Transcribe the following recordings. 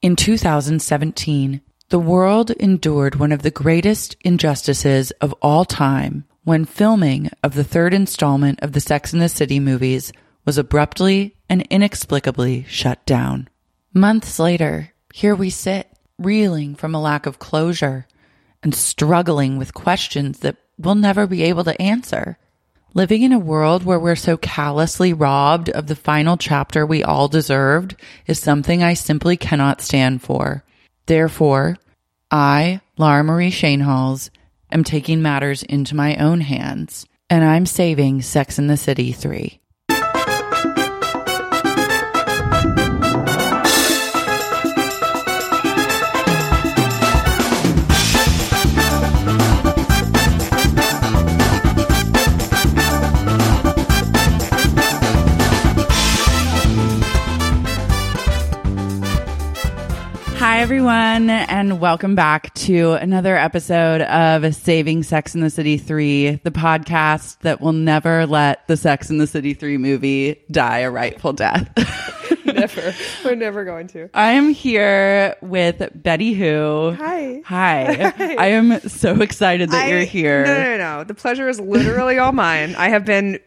In 2017, the world endured one of the greatest injustices of all time when filming of the third installment of the Sex and the City movies was abruptly and inexplicably shut down. Months later, here we sit, reeling from a lack of closure and struggling with questions that we'll never be able to answer. Living in a world where we're so callously robbed of the final chapter we all deserved is something I simply cannot stand for. Therefore, I, Lara Marie Shanehalls, am taking matters into my own hands, and I'm saving Sex in the City 3. Hi, everyone, and welcome back to another episode of Saving Sex in the City 3, the podcast that will never let the Sex in the City 3 movie die a rightful death. never. We're never going to. I am here with Betty Who. Hi. Hi. I am so excited that I- you're here. No, no, no. The pleasure is literally all mine. I have been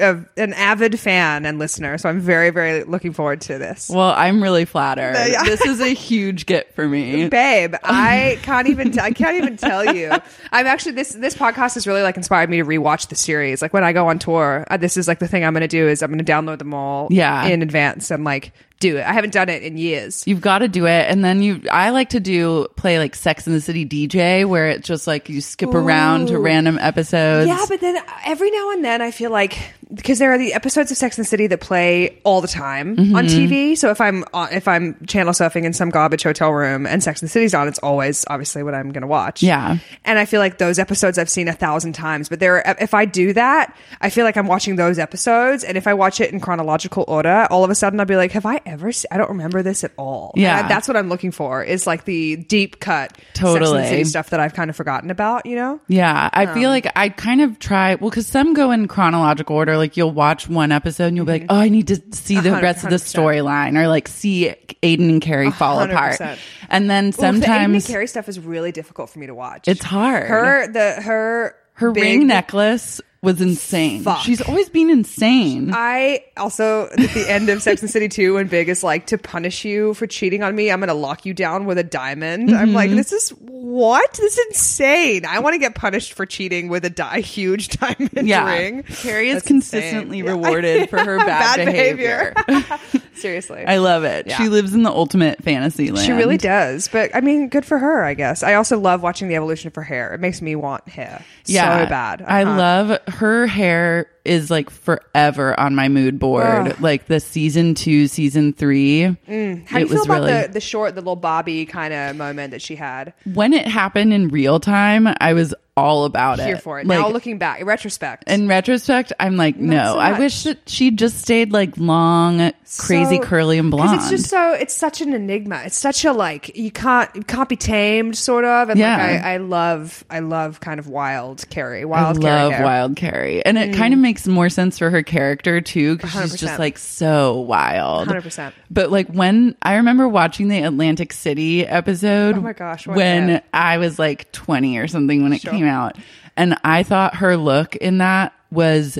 a, an avid fan and listener, so I'm very, very looking forward to this. Well, I'm really flattered. yeah. This is a huge get for me. Babe, I can't even. T- I can't even tell you. I'm actually this. This podcast has really like inspired me to rewatch the series. Like when I go on tour, uh, this is like the thing I'm going to do is I'm going to download them all. Yeah. in advance and like do it. I haven't done it in years. You've got to do it. And then you, I like to do play like Sex in the City DJ where it's just like you skip around to Ooh. random episodes. Yeah, but then every now and then I feel like because there are the episodes of Sex and the City that play all the time Mm-hmm. on TV. So if I'm on, if I'm channel surfing in some garbage hotel room and Sex and the City's on, it's always obviously what I'm going to watch. Yeah. and I feel like those episodes I've seen a thousand times. But there, are, if I do that, I feel like I'm watching those episodes. And if I watch it in chronological order, all of a sudden I'll be like, "Have I ever? Se- I don't remember this at all." And Yeah. I- that's what I'm looking for is like the deep cut Sex and Totally. the City stuff that I've kind of forgotten about. You know. Yeah, I feel Um, like I kind of try. Well, because some go in chronological order. Like you'll watch one episode and you'll be like, Mm-hmm. "Oh, I need to see the rest of the 100%. storyline," or like see Aiden and Carrie fall apart. 100%. And then Well, the Amy sometimes Carey stuff is really difficult for me to watch. It's hard. Her the her her big- ring necklace was insane. Fuck. She's always been insane. I also at the end of Sex and the City 2 when Big is like to punish you for cheating on me, I'm gonna lock you down with a diamond. I'm Mm-hmm. like, this is what? This is insane. I wanna get punished for cheating with a di- huge diamond yeah, ring. Carrie is That's consistently insane. Yeah. rewarded for her bad, Bad behavior. behavior. Seriously. I love it. She lives in the ultimate fantasy land. she really does, but I mean, good for her, I guess. I also love watching the evolution of her hair. It makes me want hair so bad. I Uh-huh. love her hair is like forever on my mood board. Like the season two, season three. Mm. How do It you feel was about really- the, the short, the little Bobby kind of moment that she had? When it happened in real time, I was all about it. Here for it. Uh, Like, now looking back, in retrospect, in retrospect, I'm like, no, so I much. wish that she just stayed like long, crazy, So- curly, and 'cause blonde. It's just so it's such an enigma. It's such a like you can't you can't be tamed sort of. And Yeah. like I, I love I love kind of wild Carrie. I Wild Carrie. love hair. Mm. Wild Carrie. And it kind of makes more sense for her character too, because she's just 100%. like so wild. 100%. But like when I remember watching the Atlantic City episode. Oh my gosh, what When hit? I was like 20 or something when it came out. And I thought her look in that was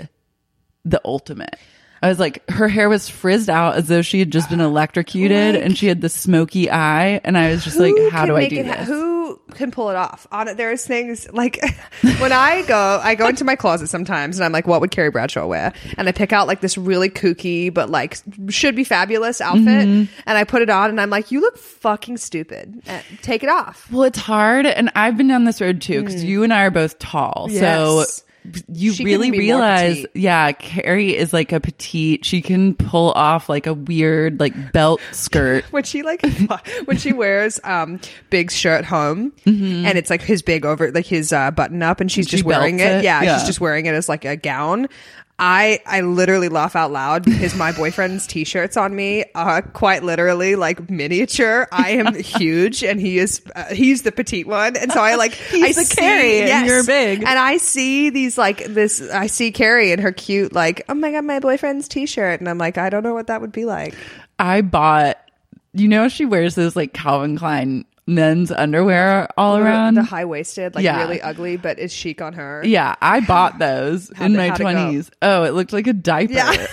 the ultimate. I was like, her hair was frizzed out as though she had just been electrocuted and she had the smoky eye. And I was just like, Who how can do I make do it ha- this? who can pull it off? On it, there's things like when I go, I go into my closet sometimes, and I'm like, what would Carrie Bradshaw wear? And I pick out like this really kooky, but like should be fabulous outfit, Mm-hmm. and I put it on, and I'm like, you look fucking stupid. Uh, Take it off. Well, it's hard, and I've been down this road too because you and I are both tall. So Hmm. Yes. you She can really be more realize petite. yeah carrie is like a petite she can pull off like a weird like belt skirt when she like when she wears um Big's shirt home and it's like his big over like his uh, button up and she's Mm-hmm. She just wearing belts it. it? Yeah, Yeah. she's just wearing it as like a gown. I I literally laugh out loud because my boyfriend's t-shirts on me are quite literally like miniature. I am huge and he is uh, he's the petite one and so I like He's I the Carrie and yes. you're big. And I see these like this I see Carrie and her cute like oh my god my boyfriend's t-shirt and I'm like I don't know what that would be like. i bought you know she wears those like calvin klein men's underwear all Or around the high waisted, like Yeah. really ugly, but is chic on her. yeah i bought those How'd in it- my how'd it go? 20s oh it looked like a diaper Yeah.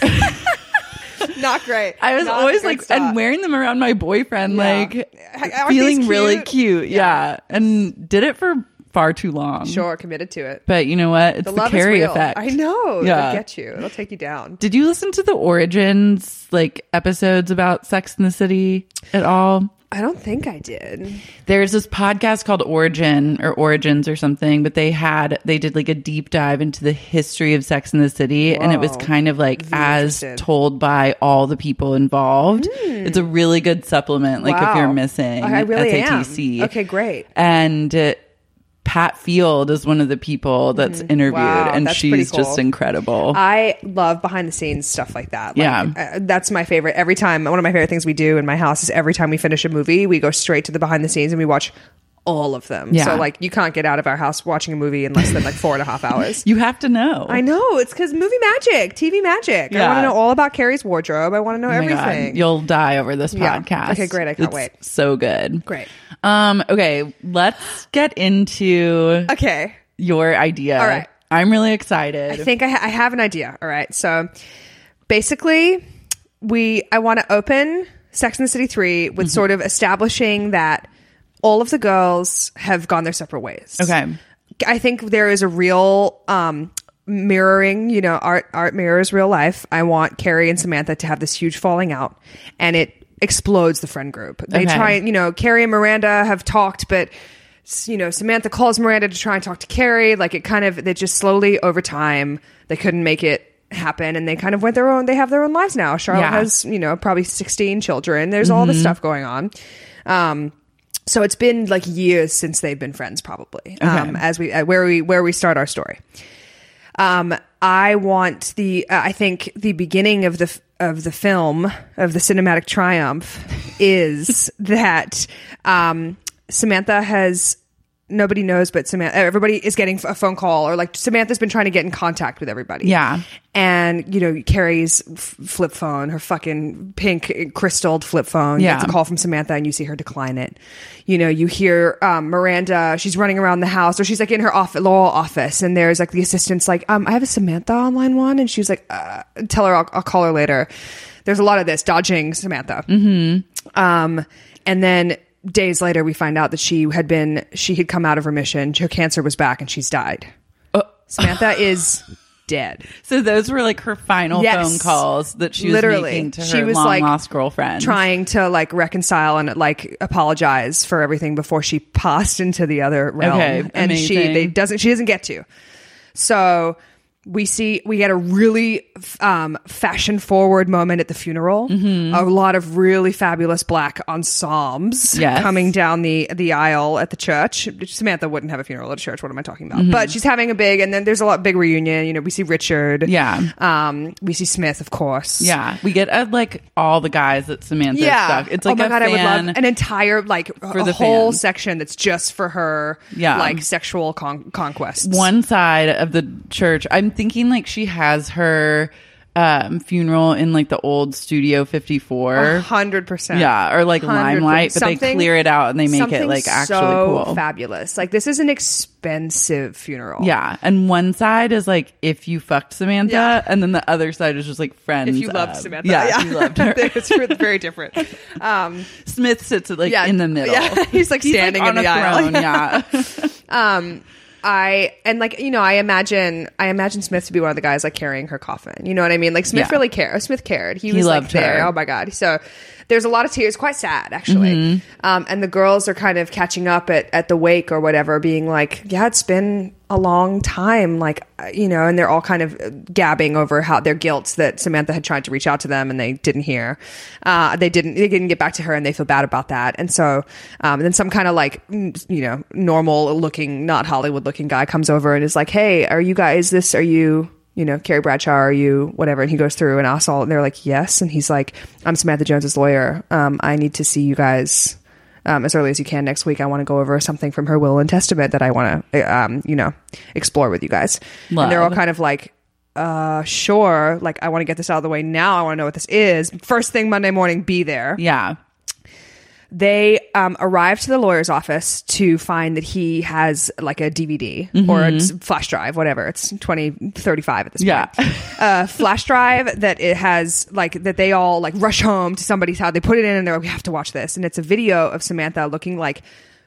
Not great. I was Not always good like, stuff. and wearing them around my boyfriend, Yeah. like Aren't these feeling really cute? cute. Yeah. And did it for far too long. sure committed to it. But you know what? It's The the, love carry is real. effect. I know. Yeah. Yeah. It'll get you. It'll take you down. Did you listen to the origins, like episodes about Sex in the City at all? I don't think I did. there's this podcast called Origin or Origins or something, but they had they did like a deep dive into the history of Sex in the City, and it was kind of like as interested. Hmm. told by all the people involved. It's a really good supplement, like if Wow. you're missing I really am. SATC. Okay, great. And uh, Pat Field is one of the people that's interviewed, Mm-hmm. Wow, and that's pretty she's just cool. incredible. I love behind the scenes stuff like that. Like, Yeah. uh, that's my favorite. Every time, one of my favorite things we do in my house is every time we finish a movie, we go straight to the behind the scenes and we watch all of them. Yeah. So like, you can't get out of our house watching a movie in less than like four and a half hours. you have to know. I know it's because movie magic, TV magic. I Yeah. want to know all about Carrie's wardrobe. I want to know Oh my God, everything. You'll die over this Yeah. podcast. Okay, great. I can't It's wait. So good. Great. Um, okay, let's get into okay, your idea. All right. I'm really excited. I think I, ha- I have an idea. All right, so basically, we I want to open Sex and the City three with Mm-hmm. sort of establishing that all of the girls have gone their separate ways. okay. I think there is a real um, mirroring. You know, art art mirrors real life. I want Carrie and Samantha to have this huge falling out, and it explodes the friend group. They Okay. try, you know, Carrie and Miranda have talked, but s- you know, Samantha calls Miranda to try and talk to Carrie. Like it kind of, they just slowly over time they couldn't make it happen, and they kind of went their own. They have their own lives now. Charlotte Yeah. has, you know, probably sixteen children. There's all this stuff going on. Um, so it's been like years since they've been friends, probably. Um, as we uh, where we where we start our story. Um, I want the uh, I think the beginning of the f- of the film of the cinematic triumph is that um, Samantha has nobody knows, but Samantha everybody is getting a phone call or like Samantha's been trying to get in contact with everybody. Yeah. and you know Carrie's f- flip phone, her fucking pink crystalled flip phone. Yeah. gets a call from Samantha, and you see her decline it. You know, you hear um, Miranda. She's running around the house, or she's like in her off- Laurel office, and there's like the assistant's like, um, "I have a Samantha on line one," and she's like, uh, "Tell her I'll, I'll call her later." There's a lot of this dodging Samantha. Mm-hmm. Um, and then days later, we find out that she had been she had come out of remission. Her cancer was back, and she's died. Uh. Samantha is dead. So those were like her final Yes. phone calls that she was Literally. making to her She was, long like, lost girlfriend. trying to like reconcile and like apologize for everything before she passed into the other realm Okay, and she they amazing. doesn't she doesn't get to so we see we get a really f- um, fashion forward moment at the funeral Mm-hmm. a lot of really fabulous black ensembles Yes. coming down the the aisle at the church samantha wouldn't have a funeral at a church what am i talking about Mm-hmm. but she's having a big and then there's a lot big reunion you know we see richard Yeah. um we see smith of course Yeah. We get uh, like all the guys that Samantha stuck. It's like oh my a god, fan. I would love an entire like for a the whole fan. section that's just for her, Yeah. like sexual con- conquests. one side of the church. I'm thinking like she has her um, funeral in like the old Studio 54. hundred percent, Yeah, or like 100%. limelight, but they Something- clear it out and they make it something like actually so cool. fabulous. Like this is an expensive funeral. Yeah. And one side is like if you fucked Samantha, Yeah. and then the other side is just like friends. If you of- loved Samantha, Um, Yeah, if you loved her. it's very different. Um, Smith sits like Yeah, in the middle. yeah. He's, like, standing on in the a aisle. throne, yeah. um I and like you know I imagine I imagine Smith to be one of the guys like carrying her coffin. You know what I mean? Like Smith Yeah. really cared. Smith cared. He, was loved like there. her. Oh my god. So there's a lot of tears. Quite sad actually. Mm-hmm. Um, and the girls are kind of catching up at at the wake or whatever, being like, yeah, it's been a long time like uh, you know and they're all kind of uh, gabbing over how their guilt that samantha had tried to reach out to them and they didn't hear uh, they didn't they didn't get back to her and they feel bad about that and so um, and then some kind of like n- you know normal looking not hollywood looking guy comes over and is like hey are you guys this are you you know, Carrie Bradshaw, are you whatever? And he goes through and asks all, and they're like, yes. And he's like, I'm Samantha Jones's lawyer. Um, I need to see you guys um, as early as you can next week. I want to go over something from her will and testament that I want to, um, you know, explore with you guys. And they're all Love. kind of like, uh, sure. Like, I want to get this out of the way now. I want to know what this is. First thing Monday morning, be there Yeah. they um, arrive to the lawyer's office to find that he has like a DVD or a s- flash drive, whatever. It's 2035 at this Mm-hmm. Yeah. point. uh, flash drive that it has like that they all like rush home to somebody's house. They put it in and they're like, we have to watch this. And it's a video of Samantha looking like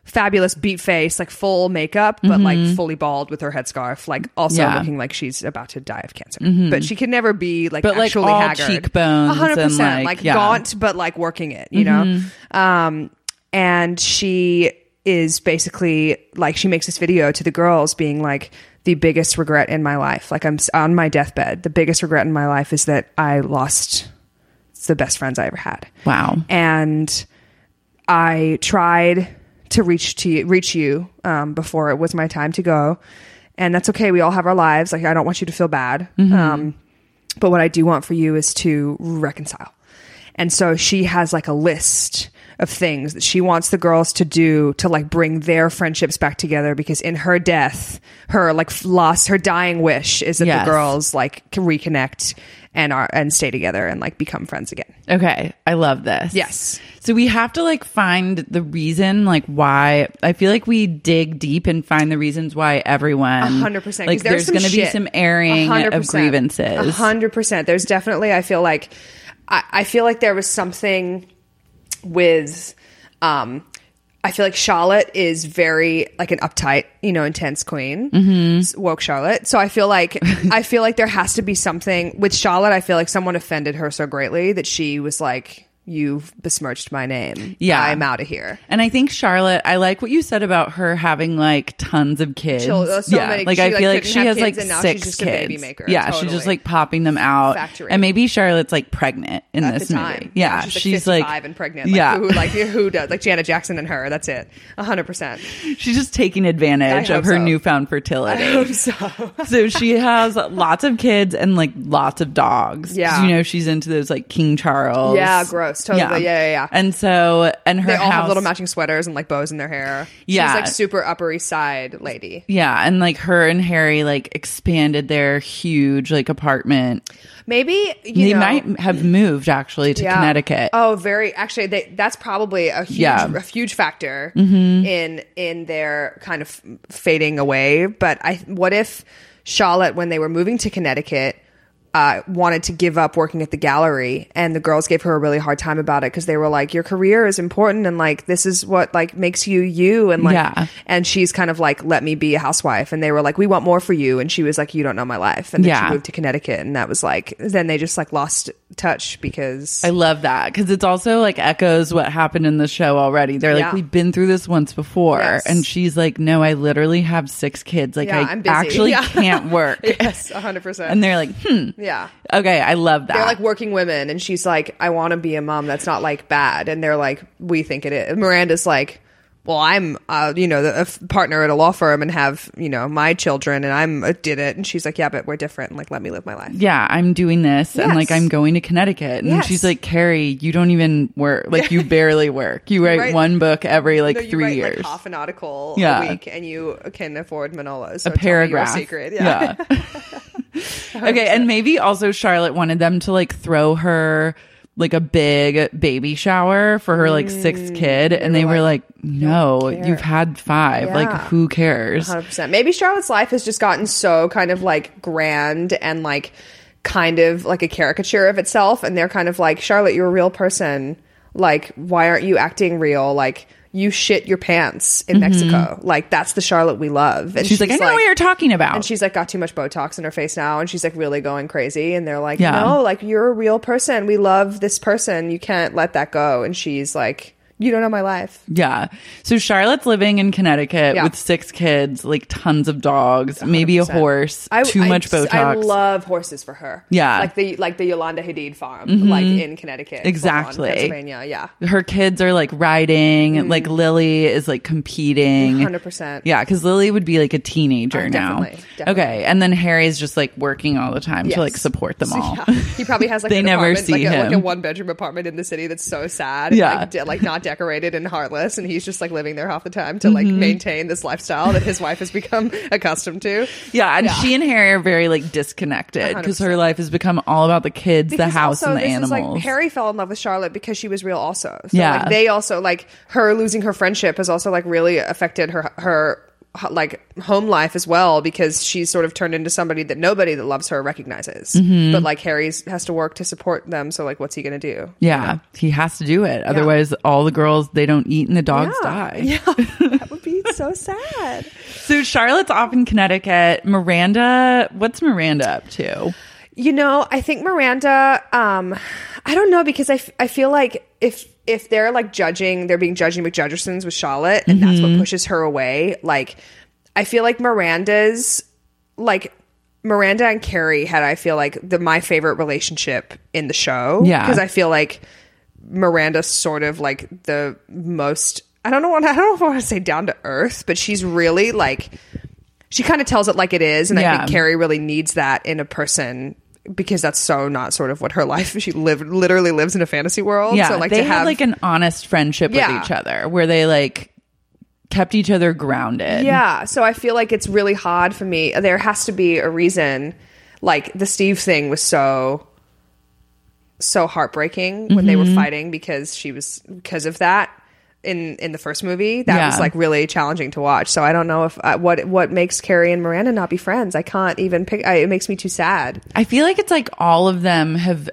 fabulous beat face, like full makeup, but like fully bald with her headscarf, like Mm-hmm. also Yeah. Mm-hmm. looking like she's about to die of cancer. But she can never be like But, like, actually all haggard. cheekbones and, 100%. like, like yeah. gaunt but like working it, you know? Um, and she is basically like, she makes this video to the girls being like, the biggest regret in my life, like I'm s- on my deathbed, the biggest regret in my life is that I lost the best friends I ever had. Wow. And I tried to reach to you, reach you um, before it was my time to go, and that's okay. We all have our lives. Like I don't want you to feel bad. Um, but what I do want for you is to reconcile. And so she has like a list of things that she wants the girls to do to like bring their friendships back together because in her death, her like f- loss, her dying wish is that Yes. the girls like can reconnect and are and stay together and like become friends again. Okay. I love this. Yes. So we have to like find the reason, like why. I feel like we dig deep and find the reasons why everyone. A hundred percent. 'cause Like there's, some going to be shit. some A airing hundred of percent. A grievances. hundred percent. There's definitely. I feel like, I, I feel like there was something with, um, I feel like Charlotte is very like an uptight, you know, intense queen, mm-hmm. woke Charlotte. So I feel like I feel like there has to be something with Charlotte. I feel like someone offended her so greatly that she was like, "You've besmirched my name. Yeah. I'm out of here." And I think Charlotte, I like what you said about her having like tons of kids. Chil- uh, so many- like she, I like, feel like couldn't she have has kids like and now she's six just a kids. baby maker. Yeah, she's just Totally. like popping them out. Factory. And maybe Charlotte's like pregnant in at this the movie. time. Yeah, she's, like five and pregnant. Like, yeah, who, like who does? Like Janet Jackson and her. That's it. hundred percent. she's just taking advantage I of hope her so. newfound fertility. so she has lots of kids and like lots of dogs. Yeah. 'Cause, you know she's into those like King Charles. Yeah, gross. Totally. Yeah, yeah, yeah. And so and her They all house, have little matching sweaters and like bows in their hair. Yeah. she's like super Upper East Side lady. Yeah, and like her and Harry like expanded their huge like apartment. Maybe you they know, might have moved actually to yeah. Connecticut. Oh, very. Actually, they, that's probably a huge, Yeah. Mm-hmm. a huge factor in in their kind of fading away. But I, what if Charlotte, when they were moving to Connecticut, uh, wanted to give up working at the gallery, and the girls gave her a really hard time about it because they were like, "Your career is important, and like this is what like makes you you." And like, Yeah. and she's kind of like, "Let me be a housewife," and they were like, "We want more for you," and she was like, "You don't know my life," and then Yeah. she moved to Connecticut, and that was like, then they just like lost touch because I love that because it's also like echoes what happened in the show already. They're Yeah. like, we've been through this once before, Yes. and she's like, no, I literally have six kids. Like, Yeah, I I'm busy. actually Yeah. can't work. Yes, 100%. And they're like, hmm, yeah. okay, I love that. They're like working women, and she's like, I want to be a mom. That's not like bad. And they're like, we think it is. Miranda's like, well, I'm, uh, you know, the, a f- partner at a law firm and have, you know, my children, and I'm uh, did it. And she's like, yeah, but we're different. And like, let me live my life. yeah, I'm doing this, and like Yes. I'm going to Connecticut, and Yes. she's like, Carrie, you don't even work, like you barely work. You write write- one book every like No, you three write years, like half an article Yeah. a week, and you can afford Manolo. So a paragraph. secret, yeah. Yeah. okay, and maybe also Charlotte wanted them to like throw her like a big baby shower for her like Mm. sixth kid, and they were like, "No, you've had five. Like, Yeah. Uh-huh. who cares?" 100%. Maybe Charlotte's life has just gotten so kind of like grand and like kind of like a caricature of itself. And they're kind of like, Charlotte, you're a real person. Like, why aren't you acting real? Like, you shit your pants in Mexico. Like, that's the Charlotte we love. And Mm-hmm. She's, like, "I know what you're talking about." and she's like got too much Botox in her face now, and she's like really going crazy. And they're like, Yeah. no, like you're a real person. We love this person. You can't let that go. And she's like, You don't know my life. Yeah. So Charlotte's living in Connecticut Yeah. with six kids, like tons of dogs, maybe a 100%. horse, I- too I much just- Botox. I love horses for her. Yeah. Mm-hmm. like the like the Yolanda Hadid farm, like in Connecticut, full on, Exactly. Pennsylvania. Yeah, her kids are like riding, like Lily is like competing. Mm-hmm. hundred percent. Yeah, because Lily would be like a teenager Oh, now. definitely, definitely. Okay, and then Harry's just like working all the time to like Yes. support them all. Yeah. He probably has like They an never apartment, see like, A, like a him. one bedroom apartment in the city that's so sad, and, Yeah. like, de- like not decorated and heartless, and he's just like living there half the time Mm-hmm. to like maintain this lifestyle that his wife has become accustomed to. Yeah, and she and Harry are very like disconnected because her life has become all about the kids, the Because house, and the this is, like, animals. Harry fell in love with Charlotte because she was real. Also, so, Yeah. Like, they also like her losing her friendship has also like really affected her her h- like home life as well because she's sort of turned into somebody that nobody that loves her recognizes. Mm-hmm. But like Harry's has to work to support them. So like, what's he gonna do? yeah, he has to do it. Otherwise, all the girls they don't eat and the dogs die. Yeah, that would be so sad. So Charlotte's off in Connecticut. Miranda, what's Miranda up to? You know, I think Miranda. Um, I don't know because I, f- I feel like if if they're like judging, they're being judging McJudgersons with Charlotte, and that's what pushes her away. Like, I feel like Miranda's like Miranda and Carrie had. I feel like the my favorite relationship in the show. Yeah. because I feel like Miranda's sort of like the most. I don't know what I don't know if I want to say down to earth, but she's really like she kind of tells it like it is, and I Yeah. think Carrie really needs that in a person because that's so not sort of what her life. She lived literally lives in a fantasy world. Yeah, so like they to had have like an honest friendship Yeah. with each other where they like kept each other grounded. yeah. So I feel like it's really hard for me. There has to be a reason. Like the Steve thing was so so heartbreaking when they were Mm-hmm. fighting because she was because of that in in the first movie that was Yeah. like really challenging to watch so i don't know if uh, what what makes carrie and miranda not be friends i can't even pick I, it makes me too sad I feel like it's like all of them have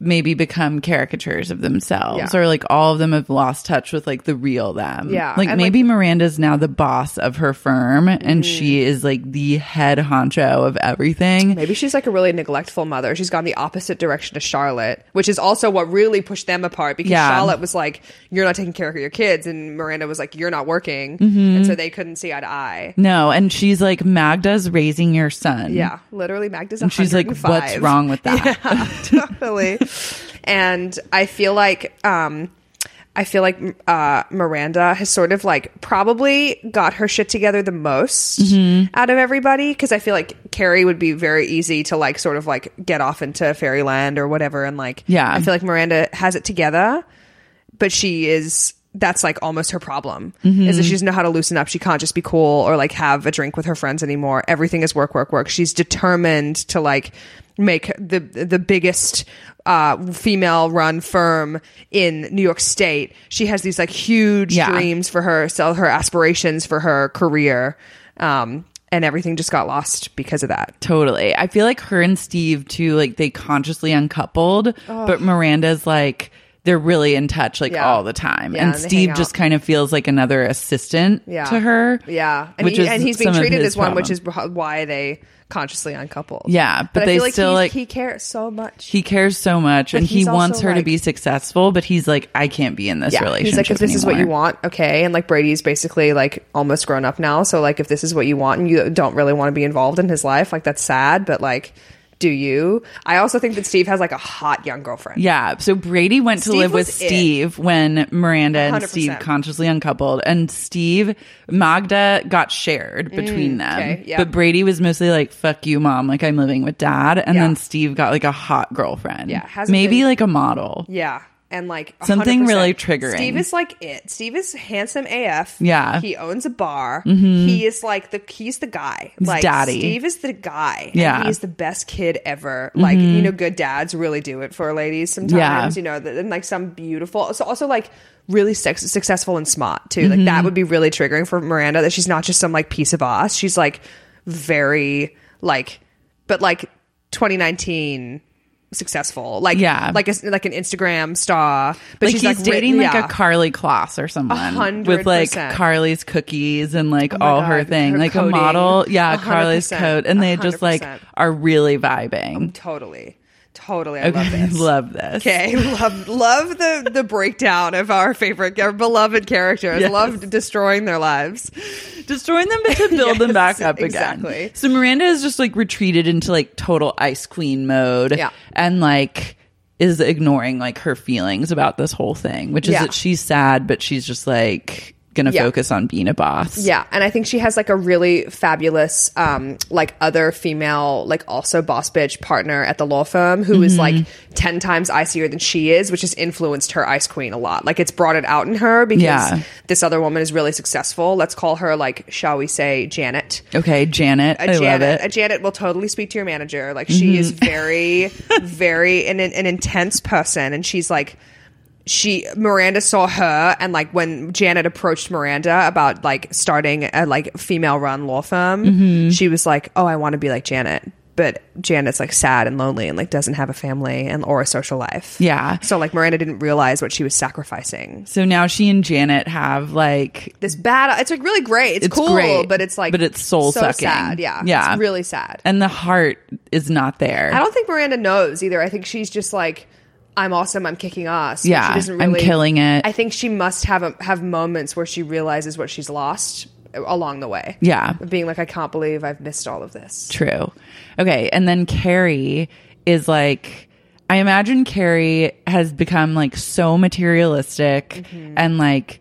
maybe become caricatures of themselves Yeah. or like all of them have lost touch with like the real them. Yeah, Like and, Mm-hmm. maybe Miranda's now the boss of her firm and she is like the head honcho of everything. Maybe she's like a really neglectful mother. She's gone the opposite direction to Charlotte, which is also what really pushed them apart because Yeah. Charlotte was like, You're not taking care of your kids. And Miranda was like, You're not working. Mm-hmm. And so they couldn't see eye to eye. No, and she's like Magda's raising your son. Yeah. Literally, Magda's And she's like, what's 105. wrong with that? totally. and I feel like um I feel like uh Miranda has sort of like probably got her shit together the most out of everybody cuz I feel like Carrie would be very easy to like sort of like get off into fairyland or whatever and like Yeah. I feel like Miranda has it together but she is that's like almost her problem is that she doesn't know how to loosen up she can't just be cool or like have a drink with her friends anymore everything is work work work she's determined to like make the the biggest uh, female run firm in New York State she has these like huge Yeah. dreams for her sell her aspirations for her career um, and everything just got lost because of that Totally. I feel like her and Steve too, like they consciously uncoupled, but Miranda's like they're really in touch like Yeah. all the time. Yeah, and, and they hang Steve out. just kind of feels like another assistant yeah. to her. Yeah, and, which he, is and he's being some of treated his as one, which problem. is wh- why they consciously uncoupled. Yeah, but I they feel like still, he's- like- he cares so much. he cares so much and he he's also, wants her to like- be successful, but he's like, I can't be in this relationship. he's like, if this is what you anymore." want, okay. And like Brady's basically like almost grown up now, so like if this is what you want and you don't really want to be involved in his life, like that's sad, but like. Do you? I also think that Steve has like a hot young girlfriend. Yeah. So Brady went to Steve live with was it. Steve when Miranda and 100%. Steve consciously uncoupled. And Steve, Magda got shared between them. Mm, okay, yeah. But Brady was mostly like, fuck you, mom. Like, I'm living with dad. And Yeah. then Steve got like a hot girlfriend. Yeah, hasn't Maybe been- like a model. Yeah. And like Something 100%. really triggering. Steve is like it. Steve is handsome AF. Yeah. He owns a bar. He is like the he's the guy. like daddy. Steve is the guy. Yeah. And he's the best kid ever. Like, you know, good dads really do it for ladies sometimes, you know, th- and like some beautiful so also like really sex- successful and smart too. Like Mm-hmm. that would be really triggering for Miranda that she's not just some like piece of ass. She's like very like but like 2019 successful like Yeah. like a, like an Instagram star. But Like she's he's like dating written- like yeah. a Carly Kloss or someone hundred with like percent. Oh Carly's cookies and like my all her God, thing, her like a coating. model. Yeah, A hundred Carly's percent, coat, and a they just hundred like percent. are really vibing. totally Totally, I love this. love this. Okay, love love the the breakdown of our favorite, our beloved characters. Yes. Love destroying their lives. Destroying them to build them Yes, back up again. exactly. So Miranda is just like retreated into like total ice queen mode. Yeah. And like is ignoring like her feelings about this whole thing, which is Yeah. that she's sad, but she's just like gonna Yeah. focus on being a boss. Yeah, and I think she has like a really fabulous, um, like other female, like also boss bitch partner at the law firm who is like ten times icier than she is, which has influenced her ice queen a lot. Like it's brought it out in her because Yeah. this other woman is really successful. Let's call her like, shall we say, Janet. Okay, Janet. I love Janet, it. Mm-hmm. a Janet will totally speak to your manager. Like she is very, very an, an intense person, and she's like, she Miranda saw her, and like when Janet approached Miranda about like starting a like female run law firm, Mm-hmm. she was like, oh, I want to be like Janet. But Janet's like sad and lonely and like doesn't have a family and or a social life. Yeah. So like Miranda didn't realize what she was sacrificing. So now she and Janet have like This bad it's like really great. It's, It's cool, great, but it's like but it's soul-sucking. So sad. Yeah. Yeah. It's really sad. and the heart is not there. I don't think Miranda knows either. I think she's just like, I'm awesome. I'm kicking ass. and Yeah, she doesn't I'm really, killing it. I think she must have a, have moments where she realizes what she's lost along the way. Yeah. Of being like, I can't believe I've missed all of this. True. Okay. And then Carrie is like, I imagine Carrie has become like so materialistic Mm-hmm. and like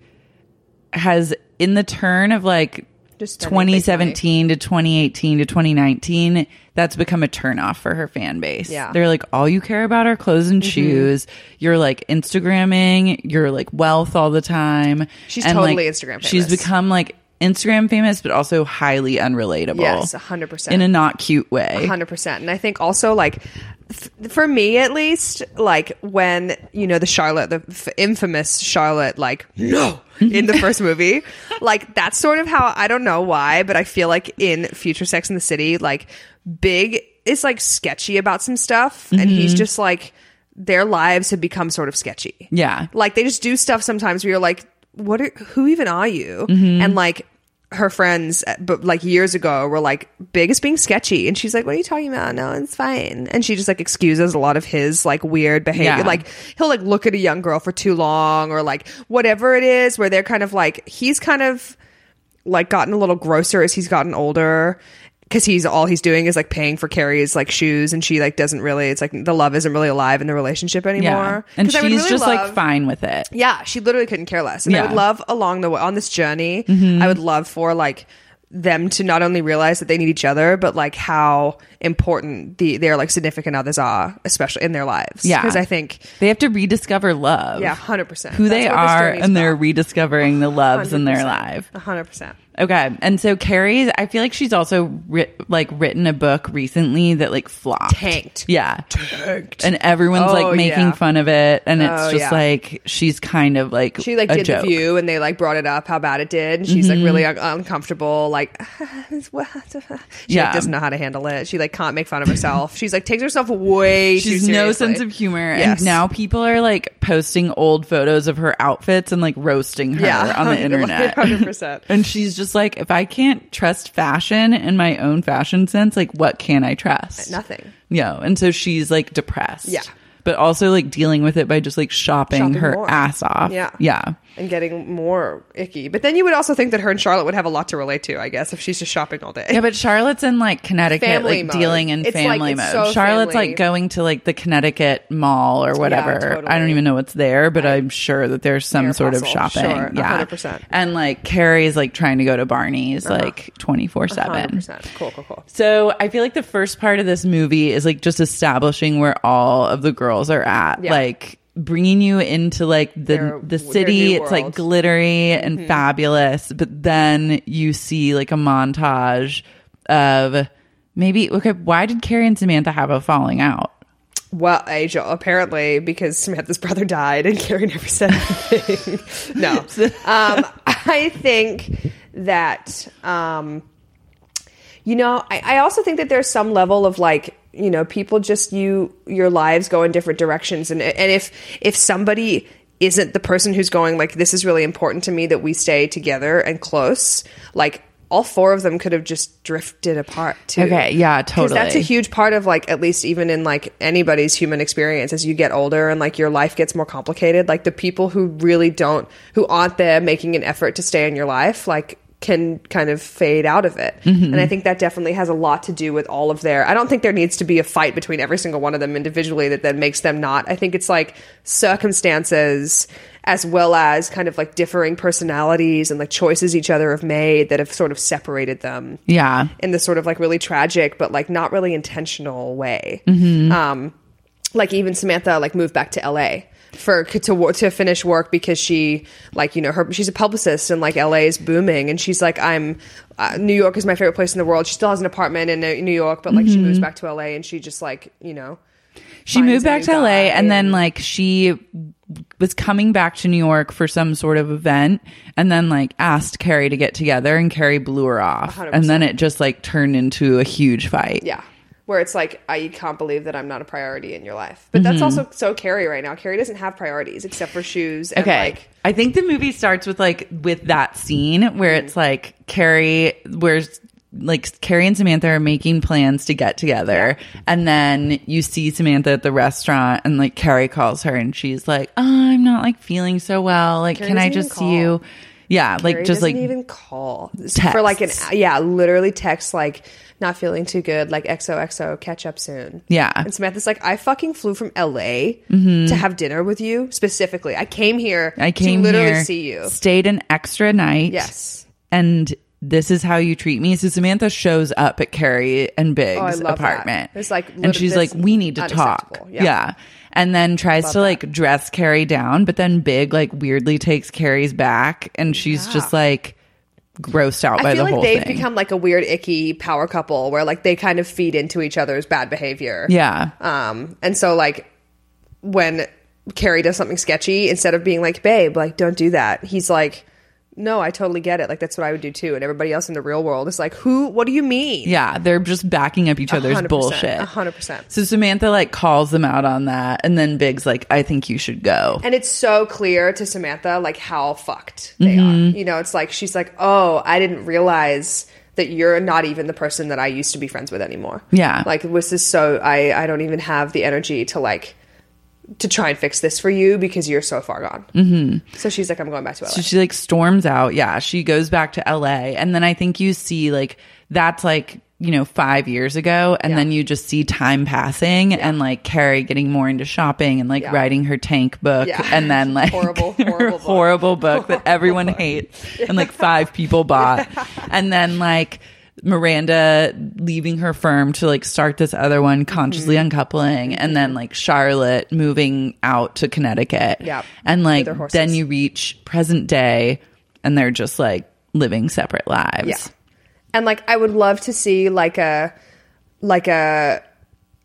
has in the turn of like Just spending big money. 2017 to 2018 to 2019, that's become a turnoff for her fan base. Yeah. Mm-hmm. They're like, all you care about are clothes and shoes. You're like Instagramming, you're like wealth all the time. She's And, totally Instagram She's famous. become like Instagram famous, but also highly unrelatable. Yes, 100%. In a not cute way. hundred percent. And I think also like th- for me at least, like when you know the Charlotte, the f- infamous Charlotte, like no in the first movie, like that's sort of how I don't know why, but I feel like in future Sex in the City, like Big is like sketchy about some stuff, and he's just like their lives have become sort of sketchy. Yeah. Like they just do stuff sometimes where you're like, what are, who even are you? Mm-hmm. And like her friends, uh, but like years ago were like, big is being sketchy. And she's like, what are you talking about? No, it's fine. And she just like excuses a lot of his like weird behavior. Yeah. Like he'll like look at a young girl for too long or like whatever it is where they're kind of like, he's kind of like gotten a little grosser as he's gotten older because he's all he's doing is like paying for Carrie's like shoes and she like doesn't really it's like the love isn't really alive in the relationship anymore And 'Cause she's I would really just love- like fine with it. yeah, she literally couldn't care less. And I would Yeah. Mm-hmm. love along the way on this journey, I would love for like them to not only realize that they need each other, but like how important the their like significant others are, especially in their lives. Yeah. because I think They have to rediscover love. yeah, hundred percent Who they are and they're rediscovering the loves in their life. hundred percent. Okay. And so Carrie's I feel like she's also writ, like written a book recently that like flopped. Tanked. Yeah. Tanked. And everyone's Oh, like making yeah. fun of it and it's Oh, just yeah. like she's kind of like She like a did joke. Mm-hmm. the view and they like brought it up how bad it did. And she's like really un- uncomfortable. Like, it's- what? she like, Yeah. doesn't know how to handle it. She like can't make fun of herself. She's like takes herself way too She's no seriously. sense of humor, Yes. and now people are like posting old photos of her outfits and like roasting her on the internet. Hundred percent. And she's just like, if I can't trust fashion and my own fashion sense, like, what can I trust? Nothing. No. And so she's like depressed. Yeah. But also like dealing with it by just like shopping, Shopping her more. ass off. Yeah. Yeah. And getting more icky. But then you would also think that her and Charlotte would have a lot to relate to, I guess, if she's just shopping all day. Yeah, but Charlotte's in like Connecticut, Family like mode. dealing in It's, like, family it's mode. so Charlotte's family. like going to like the Connecticut mall or whatever. I don't totally. even know what's there, but I, am sure that there's some Air sort of Hustle. shopping. Sure, yeah, 100%. And like Carrie's like trying to go to Barney's Uh-huh. like twenty four seven. 100%. Cool, cool, cool. So I feel like the first part of this movie is like just establishing where all of the girls are at, Yeah. like bringing you into like the Their- the their city. new It's like world. Mm-hmm. glittery and fabulous, but then you see like a montage of maybe okay. Why did Carrie and Samantha have a falling out? Well, Angel, apparently, because Samantha's brother died and Carrie never said anything. no. Um, I think that, um, you know, I, I also think that there's some level of like, you know, people just, you, your lives go in different directions. And, and if, if somebody isn't the person who's going, like, this is really important to me that we stay together and close, like, all four of them could have just drifted apart too. Okay, yeah, 'Cause totally. that's a huge part of like at least even in like anybody's human experience as you get older and like your life gets more complicated like the people who really don't who aren't there making an effort to stay in your life like can kind of fade out of it and i think that definitely has a lot to do with all of their i don't think there needs to be a fight between every single one of them individually that then makes them not i think it's like circumstances as well as kind of like differing personalities and like choices each other have made that have sort of separated them yeah. in this sort of like really tragic but like not really intentional way. Um, like even Samantha like moved back to LA for to wo- to finish work because she like you know her she's a publicist and like LA is booming and she's like I'm uh, New York is my favorite place in the world. She still has an apartment in uh, New York, but like she moves back to LA and she just like you know She finds moved a back new to LA guy and then like she was coming back to New York for some sort of event and then like asked Carrie to get together and Carrie blew her off. And then it just like turned into a huge fight. Yeah. Where it's like, I can't believe that I'm not a priority in your life. But that's also so Carrie right now. Carrie doesn't have priorities except for shoes and Okay. like I think the movie starts with like with that scene where it's like Carrie where like Carrie and Samantha are making plans to get together and then you see Samantha at the restaurant and like Carrie calls her and she's like, oh, "I'm not like feeling so well. Like Carrie can I doesn't even just see you?" Yeah, like Or he just doesn't like even call Texts. for like an yeah, literally text like not feeling too good, like XOXO, catch up soon. Yeah. Mm-hmm. and Samantha's like, I fucking flew from LA to have dinner with you specifically. I came here. I came to literally here, see you. Stayed an extra night. Yes. And this is how you treat me. So Samantha shows up at Carrie and Big's Oh, I love that. apartment. It's like and lit- she's like, that's "We need to talk." unacceptable. Yeah. Yeah. And then tries to like dress Carrie down, but then Big like weirdly takes Carrie's back, and she's just like grossed out by I feel the like whole they've thing. become like a weird icky power couple where like they kind of feed into each other's bad behavior. yeah. Um, and so like when Carrie does something sketchy, instead of being like, babe, like, don't do that, he's like, no, I totally get it. Like, that's what I would do too. And everybody else in the real world is like, who, what do you mean? Yeah, they're just backing up each other's 100%, bullshit. 100%. So Samantha like calls them out on that, and then Big's like, "I think you should go." And it's so clear to Samantha, like, how fucked they Mm-hmm. are. You know, it's like, she's like, oh, I didn't realize that you're not even the person that I used to be friends with anymore. Yeah. Like, this is so, I, I don't even have the energy to like, to try and fix this for you because you're so far gone. Mm-hmm. So she's like, I'm going back to LA. So she like storms out. Yeah, she goes back to LA. And then I think you see like that's like, you know, five years ago. And then you just see time passing and like Carrie getting more into shopping and like Yeah. writing her tank book. Yeah. And then like Horrible, her horrible book. horrible book that everyone hates and like five people bought. And then like Miranda leaving her firm to like start this other one, consciously Mm-hmm. uncoupling, and then like Charlotte moving out to Connecticut. Yep. And like their horses. then you reach present day and they're just like living separate lives. Yeah. And like I would love to see like a like a,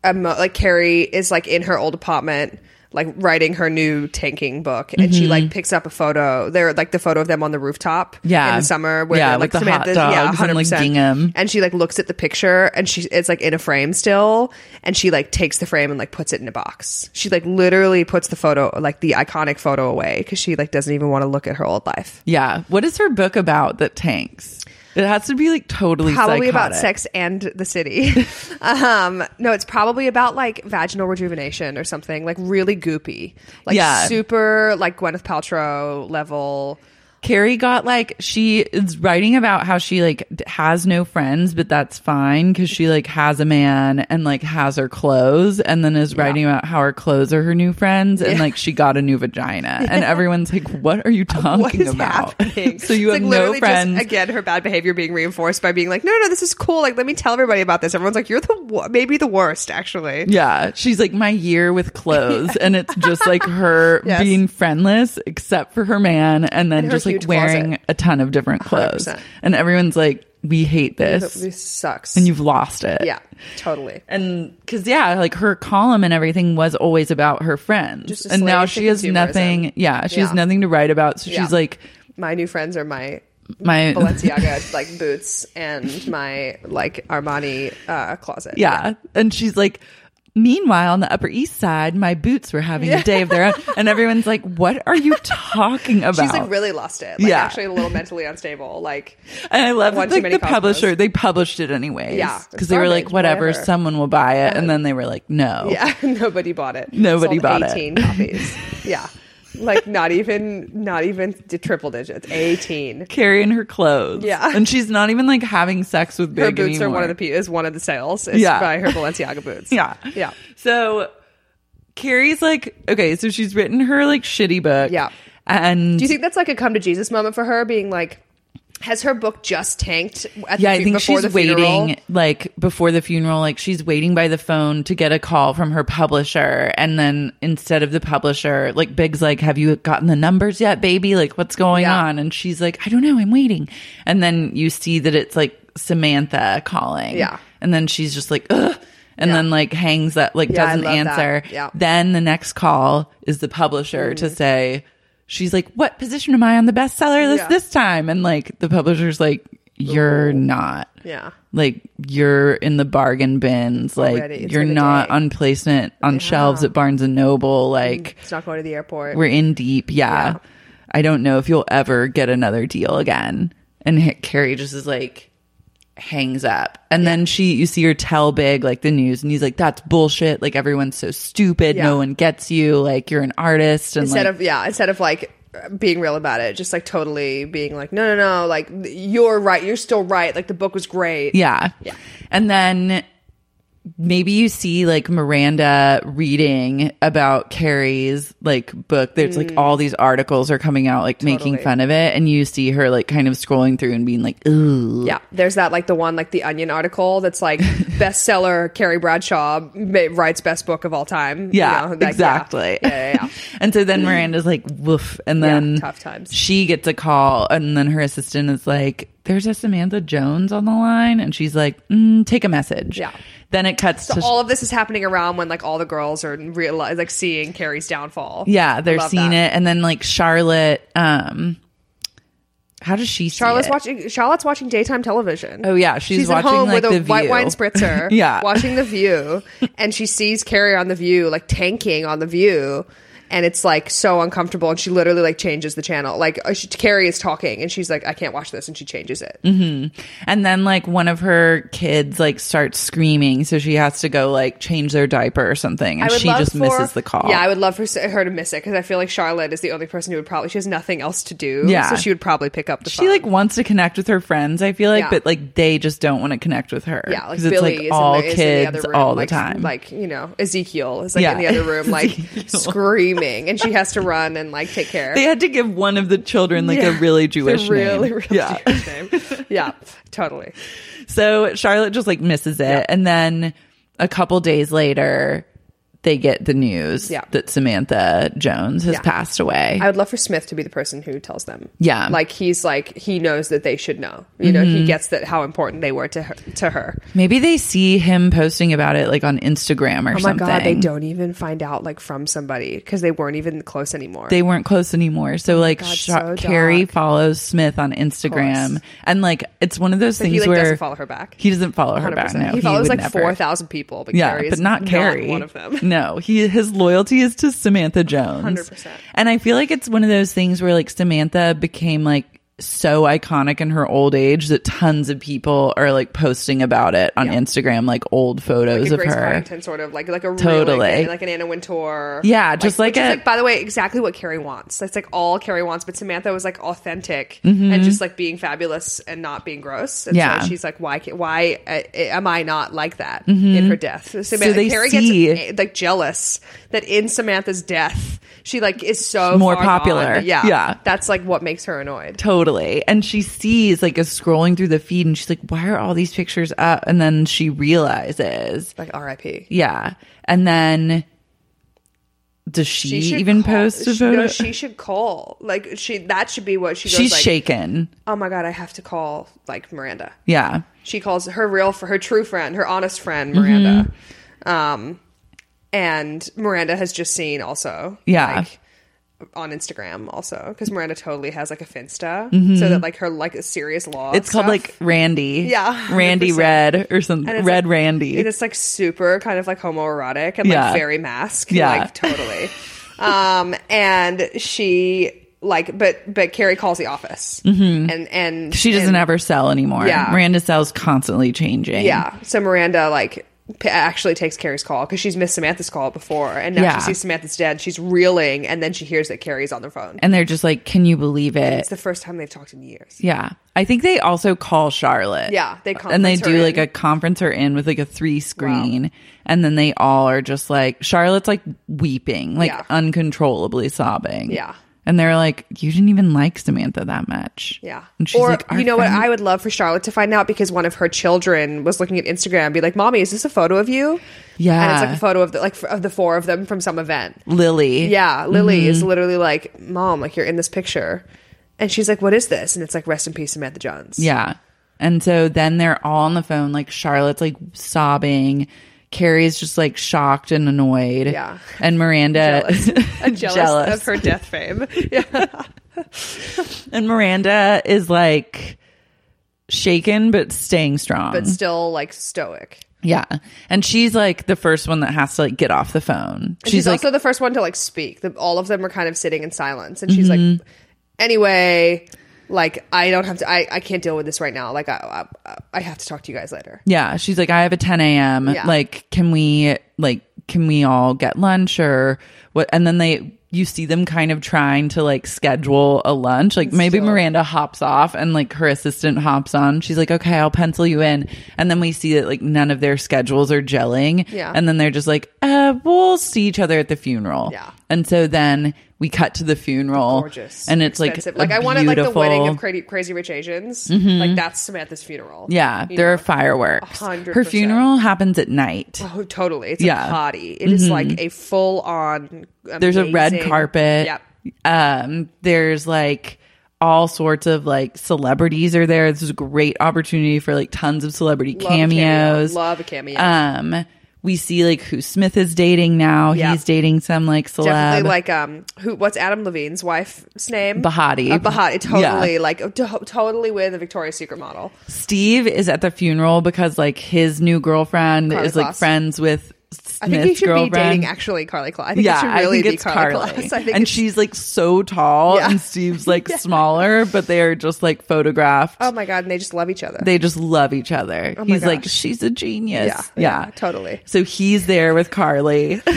a mo- like Carrie is like in her old apartment like writing her new tanking book and she Mm-hmm. like picks up a photo they're like the photo of them on the rooftop Yeah. in the summer where Yeah, they're, with like the hot Samantha's yeah dogs and, like, 100% gingham. and she like looks at the picture and she it's like in a frame still and she like takes the frame and like puts it in a box she like literally puts the photo like the iconic photo away because she like doesn't even want to look at her old life Yeah. What is her book about that tanks? It has to be like totally probably about psychotic. sex and the city. um, no, it's probably about like vaginal rejuvenation or something like really goopy, like Yeah. super like Gwyneth Paltrow level. Carrie got like she is writing about how she like d- has no friends, but that's fine because she like has a man and like has her clothes, and then is writing about how her clothes are her new friends, and like she got a new vagina, and everyone's like, "What are you talking What is about?" happening? so you It's, have like, no literally friends. Just, again, her bad behavior being reinforced by being like, no, no, this is cool. Like, let me tell everybody about this. Everyone's like, you're the wo- maybe the worst, actually. yeah, she's like my year with clothes, and it's just like her Yes. being friendless except for her man, and then her just like huge wearing closet. a ton of different clothes, 100%. and everyone's like, "We hate this." This sucks. And you've lost it. yeah, totally. and because yeah like her column and everything was always about her friends Just a and slave now to she has consumerism. nothing yeah she has Yeah. nothing to write about so Yeah. she's like My new friends are my my Balenciaga like boots and my like Armani uh, closet. yeah and she's like Meanwhile, on the Upper East Side, my boots were having a day of their own, and everyone's like, "What are you talking about?" She's like really lost it. Like Yeah. actually a little mentally unstable. Like and I love one that, too like many the cosmos. publisher. They published it anyways, Yeah, it's because they were like, garbage, "Whatever, whatever." someone will buy it," and then they were like, "No, yeah, nobody bought it. Nobody Sold bought it. 18 copies. Yeah. Like not even not even di- triple digits. 18. carrying her clothes." Yeah. and she's not even like having sex with Big Her boots anymore. are one of the pe- is one of the sales. It's Yeah. by her Balenciaga boots. Yeah. Yeah. So Carrie's like, okay, so she's written her like shitty book. Yeah. And Do you think that's like a come to Jesus moment for her being like has her book just tanked at the yeah, fu- I think before she's the funeral? waiting like before the funeral, like she's waiting by the phone to get a call from her publisher. And then instead of the publisher, like Big's like, Have you gotten the numbers yet, baby? Like, what's going Yeah. on? And she's like, I don't know, I'm waiting. And then you see that it's like Samantha calling. Yeah. And then she's just like, Ugh. And then like hangs that like Yeah, I doesn't love that. answer. Yeah. Mm-hmm. Then the next call is the publisher to say, She's like, What position am I on the bestseller list Yeah. this time? And like the publisher's like, You're not. Yeah. Like you're in the bargain bins. Like Already. It's you're been a not day. on placement on shelves at Barnes and Noble. Like It's not going to the airport. we're in deep. Yeah. I don't know if you'll ever get another deal again. And H- Carrie just is like, hangs up. And then she, you see her tell Big like the news, and he's like, that's bullshit. Like everyone's so stupid. Yeah. No one gets you. Like you're an artist. And instead like, of yeah instead of like being real about it just like totally being like no no no like you're right you're still right like the book was great Yeah. Yeah. And then maybe you see like Miranda reading about Carrie's like book. There's like all these articles are coming out like making Mm. Totally. fun of it. And you see her like kind of scrolling through and being like, ooh. yeah there's that like the one like the onion article that's like bestseller carrie bradshaw ma- writes best book of all time you Yeah, know, like, yeah. exactly. yeah yeah, yeah. and so then Miranda's like, woof. And then Mm. tough times. she gets a call. And then her assistant is like, there's a Samantha Jones on the line. And she's like, mm, take a message. Yeah. Then it cuts so to all of this is happening around when like all the girls are real like seeing carrie's downfall Yeah, they're Love seeing that. it, and then like Charlotte, um, how does she? see Charlotte's it? watching. Charlotte's watching daytime television. Oh, yeah, she's watching, at home like, with a The white View. wine spritzer. Yeah. watching the View, and she sees Carrie on the View, like tanking on the View, and it's like so uncomfortable. And she literally like changes the channel. Like uh, she, Carrie is talking, and she's like, "I can't watch this," and she changes it. Mm-hmm. And then like one of her kids like starts screaming, so she has to go like change their diaper or something, and she just misses the call. Yeah, I would love for s- her to miss it because I feel like Charlotte is the only person who would probably. She has nothing else to do. Yeah. so she would probably pick up the. she phone. like wants to connect with her friends. I feel like, Yeah. but like they just don't want to connect with her. Yeah, like 'Cause Billy is, it's in like all the, is in the kids other room, all like, the time. Like you know, Ezekiel is like in the Yeah. other room, like Ezekiel. screaming, and she has to run and like take care. they had to give one of the children like a really Jewish a really, name. really yeah. Jewish name. Yeah, totally. So Charlotte just like misses it. And then a couple days later, they get the news Yeah. that Samantha Jones has Yeah. passed away. I would love for Smith to be the person who tells them. Yeah. Mm-hmm. like he's like he knows that they should know. You know, he gets that how important they were to her. To her. Maybe they see him posting about it like on Instagram or Oh my something. god, they don't even find out like from somebody because they weren't even close anymore. They weren't close anymore. So like Oh God, Sh- so Carrie dark. follows Smith on Instagram, course. and like it's one of those he things like where doesn't follow her back. He doesn't follow her back. 100%. No, he follows would like never. four thousand people, but Yeah, Carrie but is not Carrie. one of them. no, he his loyalty is to Samantha Jones. 100%. And I feel like it's one of those things where like Samantha became like so iconic in her old age that tons of people are like posting about it on Instagram, like old photos like a of Grace her. Coddington sort of like like a Totally. really good- like an Anna Wintour. Yeah, just like which is, a- by the way, exactly what Carrie wants. That's like all Carrie wants. But Samantha was like authentic and just like being fabulous and not being gross. And Mm-hmm. Yeah. so she's like, why ca- why uh, am I not like that in her death? Samantha, Mm-hmm. they Carrie see- gets uh, like jealous that in Samantha's death she like is so More far popular. gone. Yeah, Yeah. that's like what makes her annoyed. Totally. And she sees like is scrolling through the feed and she's like, Why are all these pictures up? And then she realizes. Like R.I.P. Yeah. And then does she, should even call- post a she- photo? No, she should call. Like she, that should be what she. Goes, she's like, shaken. oh my god, I have to call like Miranda. Yeah. She calls her real for her true friend, her honest friend Miranda. Mm-hmm. Um, and Miranda has just seen also Yeah. like, on Instagram also because Miranda totally has like a finsta so that like her like a serious law. Mm-hmm. It's called stuff. like Randy. Yeah, Randy 100%. Red or something. it's Red like- Randy. And it's like super kind of like homoerotic and like Yeah. very mask. Yeah. Like totally. um and she like but but Carrie calls the office. Mm-hmm. And and she doesn't and- have her cell anymore. Yeah. Miranda's cell's constantly changing. Yeah. So Miranda like p- actually takes Carrie's call because she's missed Samantha's call before and now Yeah. she sees Samantha's dead. She's reeling and then she hears that Carrie's on the phone. And they're just like, can you believe it? it's the first time they've talked in years. Yeah. I think they also call Charlotte. Yeah, they and they conference her do like in. a conference her in with like a three screen, and then they all are just like Charlotte's like weeping, like Yeah. uncontrollably sobbing. Yeah. and they're like, "You didn't even like Samantha that much." Yeah. and she's or like, "Our you know friend- what I would love for Charlotte to find out because one of her children was looking at Instagram and be like, "Mommy, is this a photo of you?" Yeah. And it's like a photo of the like f- of the four of them from some event. Lily." Yeah, Lily Mm-hmm. is literally like, "Mom, like you're in this picture." And she's like, "What is this?" And it's like, "Rest in peace, Samantha Johns." Yeah. And so then they're all on the phone, like Charlotte's like sobbing. Carrie's just like shocked and annoyed. Yeah. And Miranda Jealous. I'm jealous, of her death fame. Yeah. And Miranda is like shaken but staying strong. But still like stoic. yeah. And she's like the first one that has to like get off the phone. And she's she's like also the first one to like speak. The, all of them are kind of sitting in silence, and she's Mm-hmm. like, "Anyway, like I don't have to. I, I can't deal with this right now. Like I, I I have to talk to you guys later." Yeah, she's like, I have a 10 a.m. Yeah. Like, can we like can we all get lunch or what? And then they you see them kind of trying to like schedule a lunch. Like maybe Miranda hops off and like her assistant hops on. She's like, okay, I'll pencil you in. And then we see that like none of their schedules are gelling. Yeah. And then they're just like, uh, we'll see each other at the funeral. Yeah. And so then we cut to the funeral. Gorgeous, And it's expensive. like, like a I wanted like the wedding beautiful- Mm-hmm. of Crazy, Crazy Rich Asians. Like that's Samantha's funeral. yeah, You there know? are fireworks. hundred Her percent. funeral happens at night. Oh, totally. It's Yeah. Mm-hmm. a party. It is like a full on. there's a red carpet. Yep. Um, there's like all sorts of like celebrities are there. This is a great opportunity for like tons of celebrity Love a cameo. cameos. Love a cameo. Um, we see like who Smith is dating now. Yeah. He's dating some like celeb. Definitely like um who what's Adam Levine's wife's name? Bahati. Uh, Bahati totally Yeah. like oh, to- totally with a Victoria's Secret model. Steve is at the funeral because like his new girlfriend Carly is like Kloss. friends with. I think he Smith's should girlfriend. be dating actually Carly Claus. I think it yeah, should really I think be it's Carly, Carly. Kloss. I think and it's- she's like so tall, Yeah. and Steve's like smaller, but they are just like photographed. oh my god, and they just love each other. they just love each other. Oh my he's like, gosh. she's a genius. Yeah, Yeah. yeah, totally. So he's there with Carly.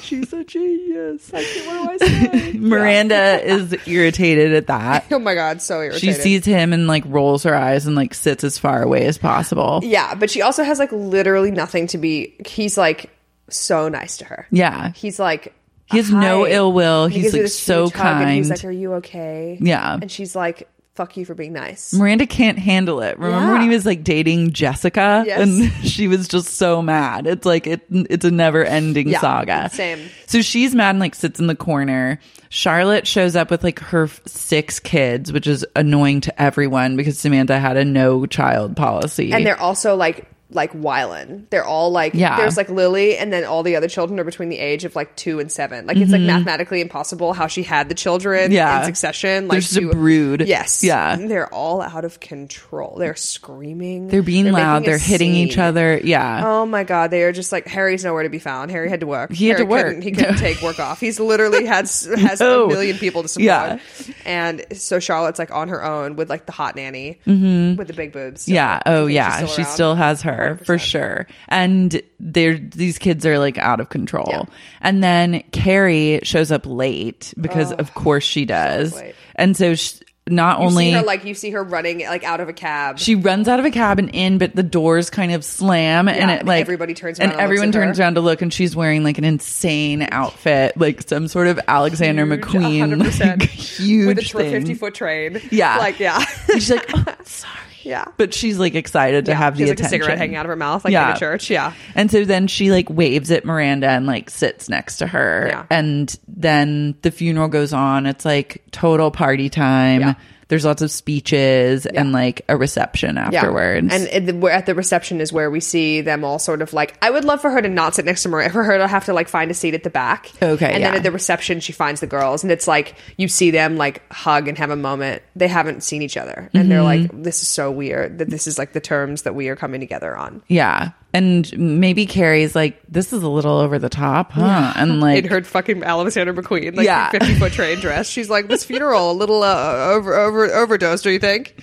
she's a genius. Like, what do I say? Miranda is irritated at that. oh my god, so She irritated. sees him and like rolls her eyes and like sits as far away as possible. yeah, but she also has like literally nothing to be. He's like so nice to her. Yeah. He's like He has no hi. ill will. He He's, gives her like, this so huge hug, and he's kind. like, "Are you okay?" Yeah. and she's like, "Fuck you for being nice." Miranda can't handle it. Remember when he Yeah. was like dating Jessica Yes. and she was just so mad. It's like it it's a never-ending Yeah, saga. same. So she's mad and like sits in the corner. Charlotte shows up with like her f- six kids, which is annoying to everyone because Samantha had a no child policy. and they're also like like Wylan. They're all like Yeah. there's like Lily and then all the other children are between the age of like two and seven. Like it's like mathematically impossible how she had the children Mm-hmm. Yeah. in succession. They're Like just a two- brood. Yes. Yeah. They're all out of control. They're screaming. they're being making loud, a they're hitting each scene. other. Yeah. Oh my god, they are just like Harry's nowhere to be found. Harry had to work. He had Harry to work. Couldn't, he couldn't take work off. He's literally has has No. a million people to support. Yeah. And so Charlotte's like on her own with like the hot nanny with the big boobs. Mm-hmm. still. Yeah. I Oh, think she's yeah. she around. still has her for sure. And they're these kids are like out of control. Yeah. And then Carrie shows up late because, of course, she does. late. and so, sh not only see her like you see her running like out of a cab. she runs out of a cabin in, but the doors kind of slam, and it and like everybody turns and around and looks everyone at her. turns around to look, and she's wearing like an insane outfit, like some sort of Alexander McQueen, like, 100%. huge with a thing. fifty foot train. Yeah. like yeah, And she's like, oh, sorry. yeah. But she's like excited to Yeah, have she the has, like, a attention. cigarette hanging out of her mouth, like in Yeah. a church. Yeah, And so then she like waves at Miranda and like sits next to her. Yeah. And then the funeral goes on. It's like total party time. Yeah. there's lots of speeches and like a reception afterwards. And at the, we're at the reception is where we see them all sort of like, I would love for her to not sit next to Maria, for her to have to like find a seat at the back. Okay, And then yeah. at the reception, she finds the girls, and it's like you see them like hug and have a moment. They haven't seen each other, and they're Mm-hmm. like, this is so weird that this is like the terms that we are coming together on. yeah. And maybe Carrie's like, this is a little over the top, huh? And like, in her fucking Alexander McQueen, like Yeah. fifty foot train dress, she's like this funeral a little uh, over over overdose. Do you think?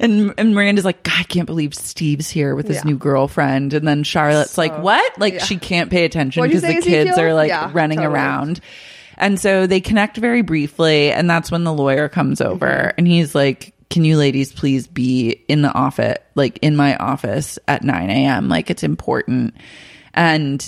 and and Miranda's like, God, I can't believe Steve's here with his Yeah. new girlfriend. And then Charlotte's like, what? Like she can't pay attention What'd you because the say, kids Ezekiel? are like Yeah, running totally. around. And so they connect very briefly, and that's when the lawyer comes Mm-hmm. over and he's like, Can you ladies please be in the office, like in my office at 9 a.m.? Like it's important. And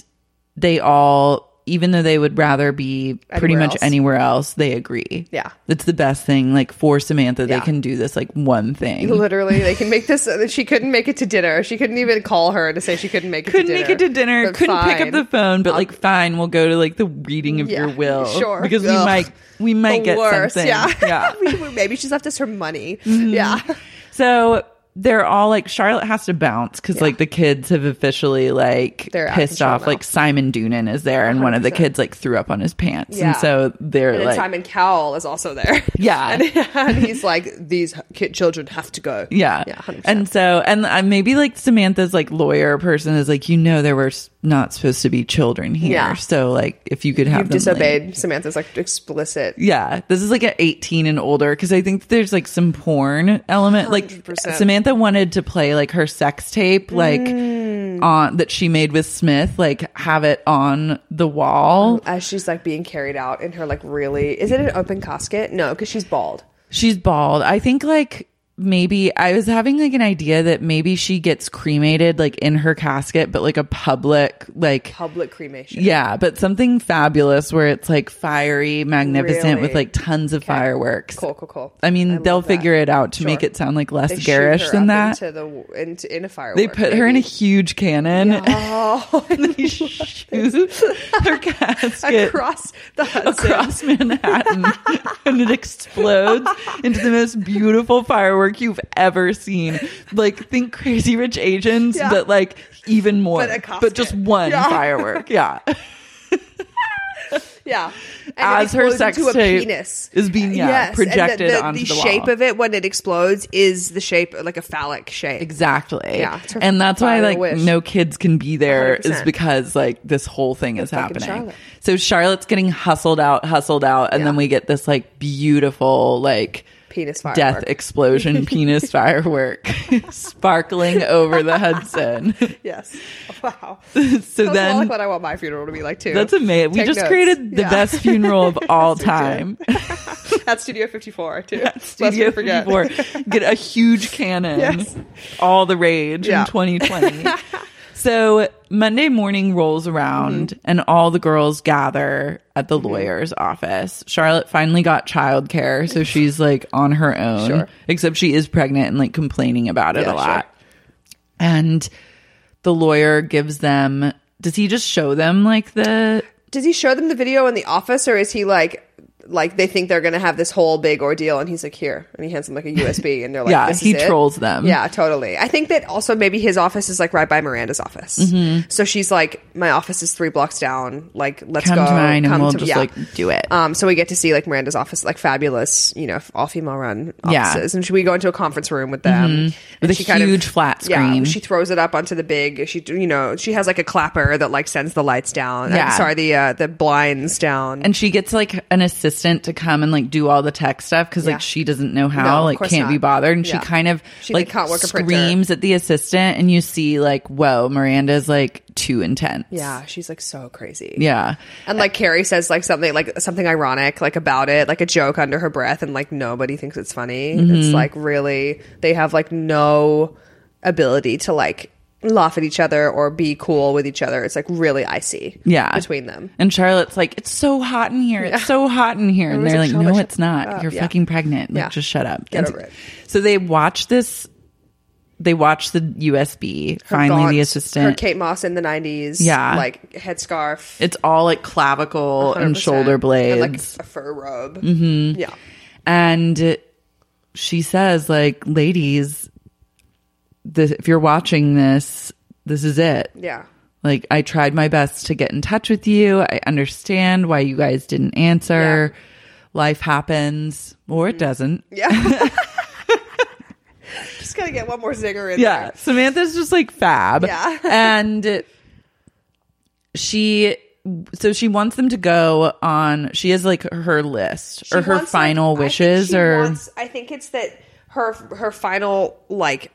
they all, even though they would rather be pretty Anywhere much else. anywhere else, they agree. Yeah. It's the best thing. Like for Samantha, Yeah. they can do this like one thing. Literally, they can make this. She couldn't make it to dinner. She couldn't even call her to say she couldn't make it. couldn't to dinner. make it to dinner, But couldn't pick up fine. the phone, but like fine, we'll go to like the reading of Yeah, your will. sure. Because we Ugh. might we might get something. Yeah, yeah. Mm-hmm. We- Maybe she's left us her money. Yeah, So they're all like Charlotte has to bounce because like the kids have officially like They're out of pissed control off. now. Like Simon Doonan is there, and one of the 100%. kids like threw up on his pants, Yeah. and so they're and then like Simon Cowell is also there. Yeah. and, and he's like, these kid children have to go. Yeah. yeah, 100%. and so, and uh, maybe like Samantha's like lawyer person is like, you know, there were s- not supposed to be children here. Yeah. So like, if you could have you've them, like- disobeyed Samantha's like explicit. Yeah, this is like an 18 and older because I think there's like some porn element. Like 100%. Samantha wanted to play like her sex tape, like Mm. on that she made with Smith, like have it on the wall. As she's like being carried out in her like really is it an open casket? No, because she's bald. She's bald. I think like maybe I was having like an idea that maybe she gets cremated like in her casket, but like a public like. Public cremation. Yeah, but something fabulous where it's like fiery, magnificent with Really? like tons of fireworks. Cool, cool, cool. I mean, I they'll love that. figure it out to make Sure. it sound like less They shoot garish her than up that. Into the into, in a firework. They put her in a maybe. huge cannon. oh, and they shoot her casket across the Hudson. across Manhattan, and it explodes into the most beautiful firework you've ever seen. Like think Crazy Rich Asians, Yeah. but like even more, But a but, casket. just one Yeah. firework. Yeah, Yeah, and it as her explodes sex into a tape penis. is being yeah, yes, and projected the, the, onto the, the, shape wall. of it when it explodes is the shape like a phallic shape. Exactly. Yeah, it's her and that's why final like wish. no kids can be there is 100%. because like this whole thing is fucking happening. Charlotte. So Charlotte's getting hustled out, hustled out, and then Yeah. we get this like beautiful like Penis firework. death explosion penis firework sparkling over the Hudson. Yes. Wow. so That's then like what I want my funeral to be like too. that's amazing. We Take just notes. created the Yeah. best funeral of all Yes, we did. time. at Studio 54 too. Studio Lest we forget. 54. Get a huge cannon. Yes. All the rage Yeah. in 2020. so Monday morning rolls around Mm-hmm. and all the girls gather at the lawyer's office. Charlotte finally got childcare, so she's like on her own. Sure. Except she is pregnant and like complaining about it Yeah, a sure. lot. And the lawyer gives them does he just show them like the Does he show them the video in the office, or is he like, like they think they're gonna have this whole big ordeal, and he's like, here, and he hands them like a USB, and they're like, Yeah, this he is it? trolls them. Yeah, totally. I think that also maybe his office is like right by Miranda's office, Mm-hmm. so she's like, my office is three blocks down. Like, let's come go, to mine and come we'll to- just yeah. like do it. Um, so we get to see like Miranda's office, like fabulous, you know, all female run Yeah. Mm-hmm. offices, and she, we go into a conference room with them With and a huge flat Yeah, screen. she throws it up onto the big. She, you know, she has like a clapper that like sends the lights down. Yeah, Yeah. sorry, the uh, the blinds down. and she gets like an assistant to come and like do all the tech stuff because Yeah. like she doesn't know No, how of like course can't be not. bothered and Yeah. she kind of She, like, like can't work a printer. screams at the assistant and you see like whoa Miranda's like too intense yeah, she's like so crazy. yeah And like Carrie says like something like something ironic like about it, like a joke under her breath and like nobody thinks it's funny. Mm-hmm. It's like really they have like no ability to like laugh at each other or be cool with each other. It's like really icy yeah between them. and Charlotte's like it's so hot in here it's so hot in here and Everyone's they're like, like "Charlotte, no shut it's not up." you're Yeah. fucking pregnant like Yeah. just shut up Get And over it. so they watch this they watch the USB Her finally gaunt- the her assistant Kate Moss in the nineties, Yeah. like headscarf, it's all like clavicle and 100%, shoulder blades and like a fur robe. Mm-hmm. Yeah, and she says, like, ladies, this, if you're watching this, this is it. Yeah. Like, I tried my best to get in touch with you. I understand why you guys didn't answer. Life happens, or it doesn't. Yeah. Just gotta get one more zinger in Yeah. Samantha's just like fab. Yeah. and she so she wants them to go on she has like her list there. or She her wants, like- final I think wishes she or wants- I think it's that her her final like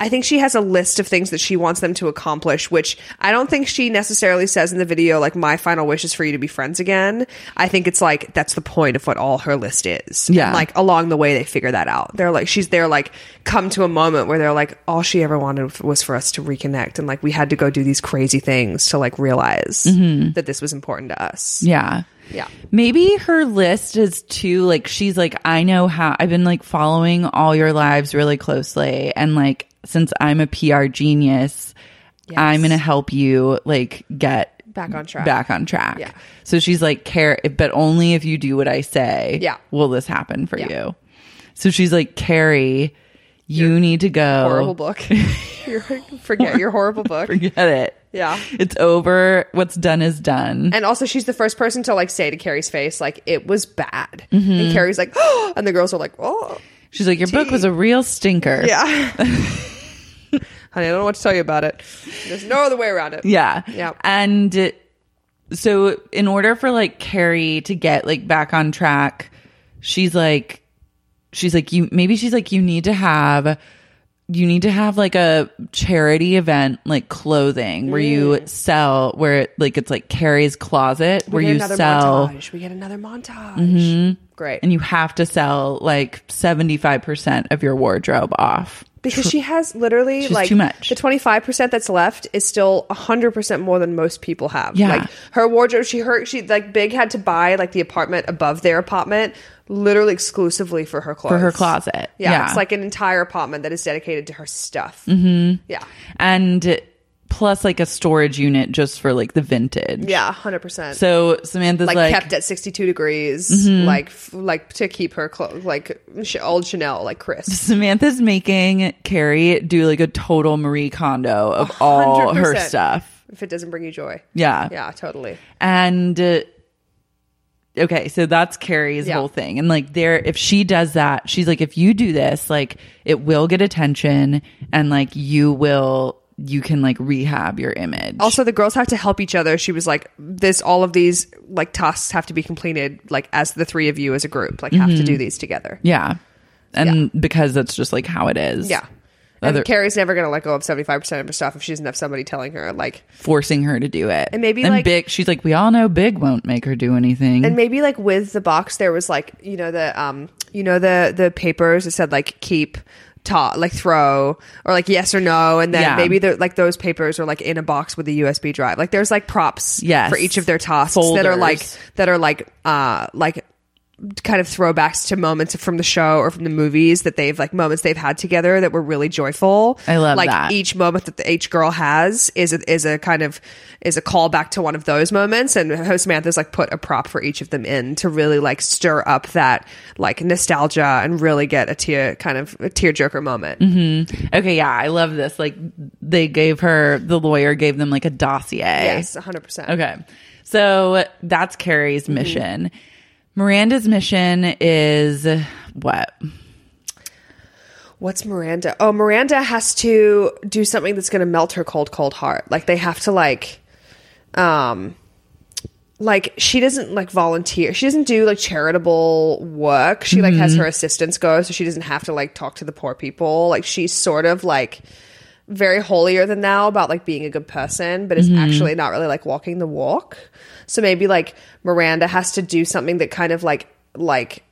I think she has a list of things that she wants them to accomplish, which I don't think she necessarily says in the video, like, my final wish is for you to be friends again. I think it's like, that's the point of what all her list is. Yeah. And, like, along the way, they figure that out. They're like, she's there, like, come to a moment where they're like, all she ever wanted f- was for us to reconnect. And, like, we had to go do these crazy things to, like, realize that this was important to us. Mm-hmm. yeah Yeah. maybe her list is too like she's like i know how i've been like following all your lives really closely and like since i'm a pr genius i'm gonna help you like get Back on track. back on track Yeah. so she's like care but only if you do what i say Yeah. will this happen for Yeah. you so she's like carrie you need to go Horrible book. You're- forget your horrible book. forget it Yeah. it's over what's done is done And also, she's the first person to like say to Carrie's face, like it was bad. Mm-hmm. And Carrie's like, oh, and the girls are like, oh, she's like your book was a real stinker yeah. Honey, I don't know what to tell you about it. There's no other way around it. Yeah. Yeah. And it- so in order for like Carrie to get like back on track, she's like she's like you maybe she's like you need to have you need to have like a charity event like clothing where you sell where it, like it's like Carrie's closet where Mm. We get you another sell Mm-hmm. montage. We get another montage. Great. and you have to sell like 75% of your wardrobe off. because she has literally like too much. the 25% that's left is still 100% more than most people have Yeah. like her wardrobe she her she like big had to buy like the apartment above their apartment literally exclusively for her clothes For her closet. yeah, Yeah. it's like an entire apartment that is dedicated to her stuff mm-hmm. yeah and plus like a storage unit just for like the vintage. yeah 100% So Samantha's like, like, Mm-hmm. kept at 62 degrees like f- like to keep her clothes like ch- old chanel like crisp Samantha's making Carrie do like a total Marie Kondo of all her 100%. stuff. if it doesn't bring you joy Yeah. yeah totally And uh, okay, so that's Carrie's Yeah. whole thing. And like there if she does that, she's like if you do this, like it will get attention and like you will you can like rehab your image. Also, the girls have to help each other. She was like, "This, all of these like tasks have to be completed like as the three of you as a group, like have to Mm-hmm. do these together." yeah. And because that's just like how it is. Yeah. And Carrie's never gonna let go of seventy five percent of her stuff if she doesn't have somebody telling her like, Forcing her to do it. And maybe, and like- Big she's like, We all know Big won't make her do anything. and maybe like with the box there was like you know the um you know the the papers that said like keep, ta like throw or like yes or no, and then Yeah. maybe the, like those papers are like in a box with a USB drive. Like there's like props Yes. for each of their tasks that are like Folders. that are like uh like kind of throwbacks to moments from the show or from the movies that they've like moments they've had together that were really joyful. I love like that. each moment that the each girl has is a, is a kind of is a callback to one of those moments, and how Samantha's like put a prop for each of them in to really like stir up that like nostalgia and really get a tear kind of a tearjerker moment. Mm-hmm. Okay, yeah, I love this. Like they gave her the lawyer gave them like a dossier. Yes, hundred percent. Okay. So that's Carrie's Mm-hmm. mission. Miranda's mission is what? What's Miranda? Oh, Miranda has to do something that's going to melt her cold, cold heart. Like they have to like, um, like she doesn't like volunteer. She doesn't do like charitable work. She like has her assistants go, so she doesn't have to like talk to the poor people. Like she's sort of like very holier than thou about like being a good person, but is actually not really like walking the walk. So maybe like Miranda has to do something that kind of like like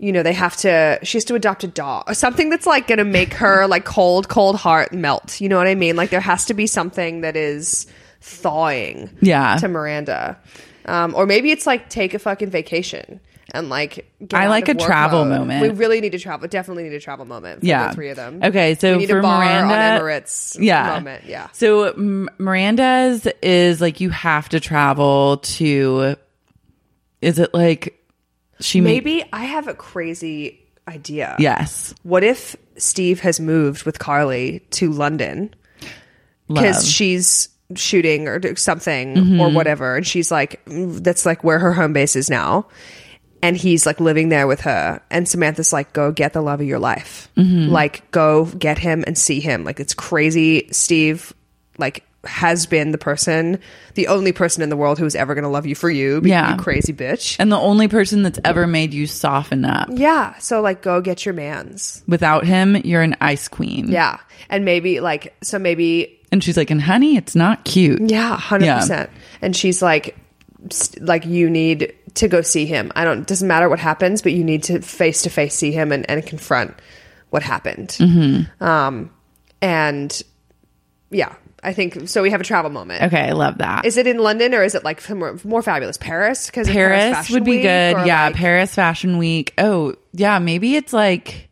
you know, they have to, she has to adopt a dog or something that's like going to make her like cold, cold heart melt. You know what I mean? Like there has to be something that is thawing Yeah. to Miranda. Um, or maybe it's like take a fucking vacation and like, get I out like of a work travel moment. We really need to travel. Definitely need a travel moment. For Yeah. The three of them. Okay, so we need for a bar Miranda- on Emirates Yeah. moment. Yeah. So M- Miranda's is like you have to travel to is it like she maybe Maybe I have a crazy idea. Yes. What if Steve has moved with Carly to London Love. Mm-hmm. because she's shooting or do- something or whatever, and she's like, mm, that's like where her home base is now, and he's like living there with her, and Samantha's like, go get the love of your life, Mm-hmm. like go get him and see him, like it's crazy. Steve, like. Has been the person, the only person in the world who's ever going to love you for you, you Yeah. crazy bitch. and the only person that's ever made you soften up. Yeah. So like go get your man's. Without him, you're an ice queen. Yeah. And maybe like so maybe And she's like, and honey, it's not cute. yeah, 100%. Yeah. And she's like s- like you need to go see him. I don't doesn't matter what happens, but you need to face to face see him and and confront what happened. Mm-hmm. Um and yeah, I think so we have a travel moment. Okay, I love that. Is it in London or is it like more, more fabulous Paris? Cuz Paris would be good. Yeah, Paris Fashion Week. Oh, yeah, maybe it's like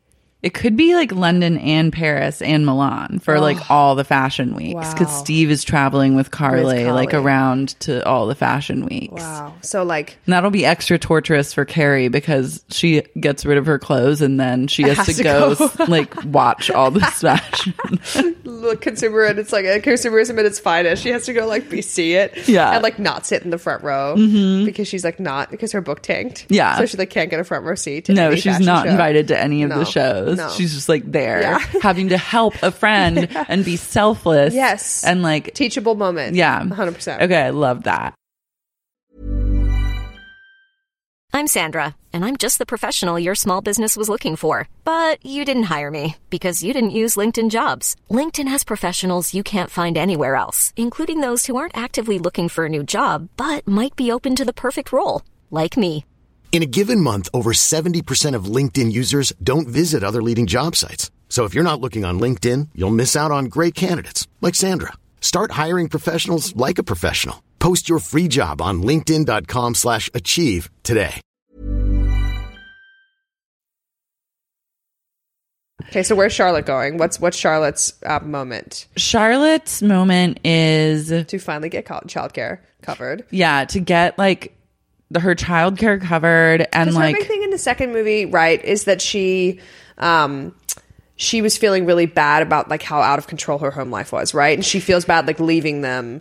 it could be like London and Paris and Milan for like all the fashion weeks because Wow. Steve is traveling with Carly, like Carly. around to all the fashion weeks. Wow. So like And that'll be extra torturous for Carrie because she gets rid of her clothes and then she has, to, to go, go. s- like watch all this fashion. look consumer and it's like a consumerism at its finest. She has to go like be see it, Yeah. Mm-hmm. and like not sit in the front row because she's like not because her book tanked, Yeah. So she like can't get a front row seat. to No, any she's fashion not show. invited to any of No, the shows. no. She's just like there Yeah. having to help a friend and be selfless. Yes. And like teachable moment. Yeah. hundred percent. Okay, I love that. I'm Sandra, and I'm just the professional your small business was looking for. But you didn't hire me because you didn't use LinkedIn jobs. LinkedIn has professionals you can't find anywhere else, including those who aren't actively looking for a new job but might be open to the perfect role, like me. In a given month, over 70% of LinkedIn users don't visit other leading job sites. So if you're not looking on LinkedIn, you'll miss out on great candidates like Sandra. Start hiring professionals like a professional. Post your free job on linkedin.com/achieve slash achieve today. Okay, so where's Charlotte going? What's what's Charlotte's uh, moment Charlotte's moment is to finally get co- childcare covered? yeah, to get like the, her childcare covered and Because like her big thing in the second movie, right, is that she, um, she was feeling really bad about like how out of control her home life was, right, and she feels bad like leaving them.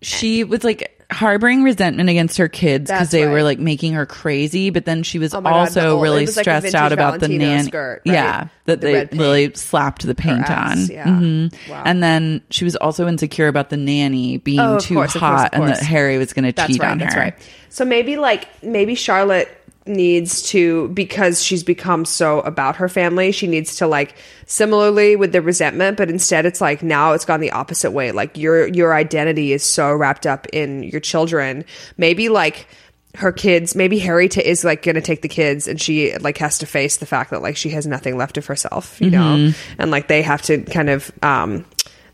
she was like harboring resentment against her kids because That's they were right. like making her crazy, but then she was Oh my God, also the old- really it was like a stressed vintage out about Valentino the nanny. skirt, right? Yeah, With that the they red paint. really slapped the paint ass, on. yeah. Mhm. Wow. And then she was also insecure about the nanny being Oh, of too course, of course, hot of and that course. Harry was going to That's cheat right. on her. That's right. So maybe like maybe Charlotte needs to because she's become so about her family. She needs to like similarly with the resentment, but instead it's like now it's gone the opposite way. Like your your identity is so wrapped up in your children. Maybe like her kids maybe harry t- is like gonna take the kids and she like has to face the fact that like she has nothing left of herself you know Mm-hmm. and like they have to kind of um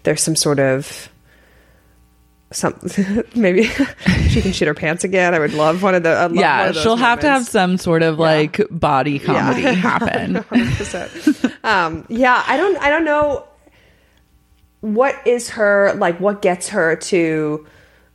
there's some sort of some maybe she can shit her pants again. I would love one of the. I'd love Yeah, one of those she'll have to have moments. some sort of like body comedy happen. 100%. um, yeah, I don't. I don't know. What is her like? What gets her to?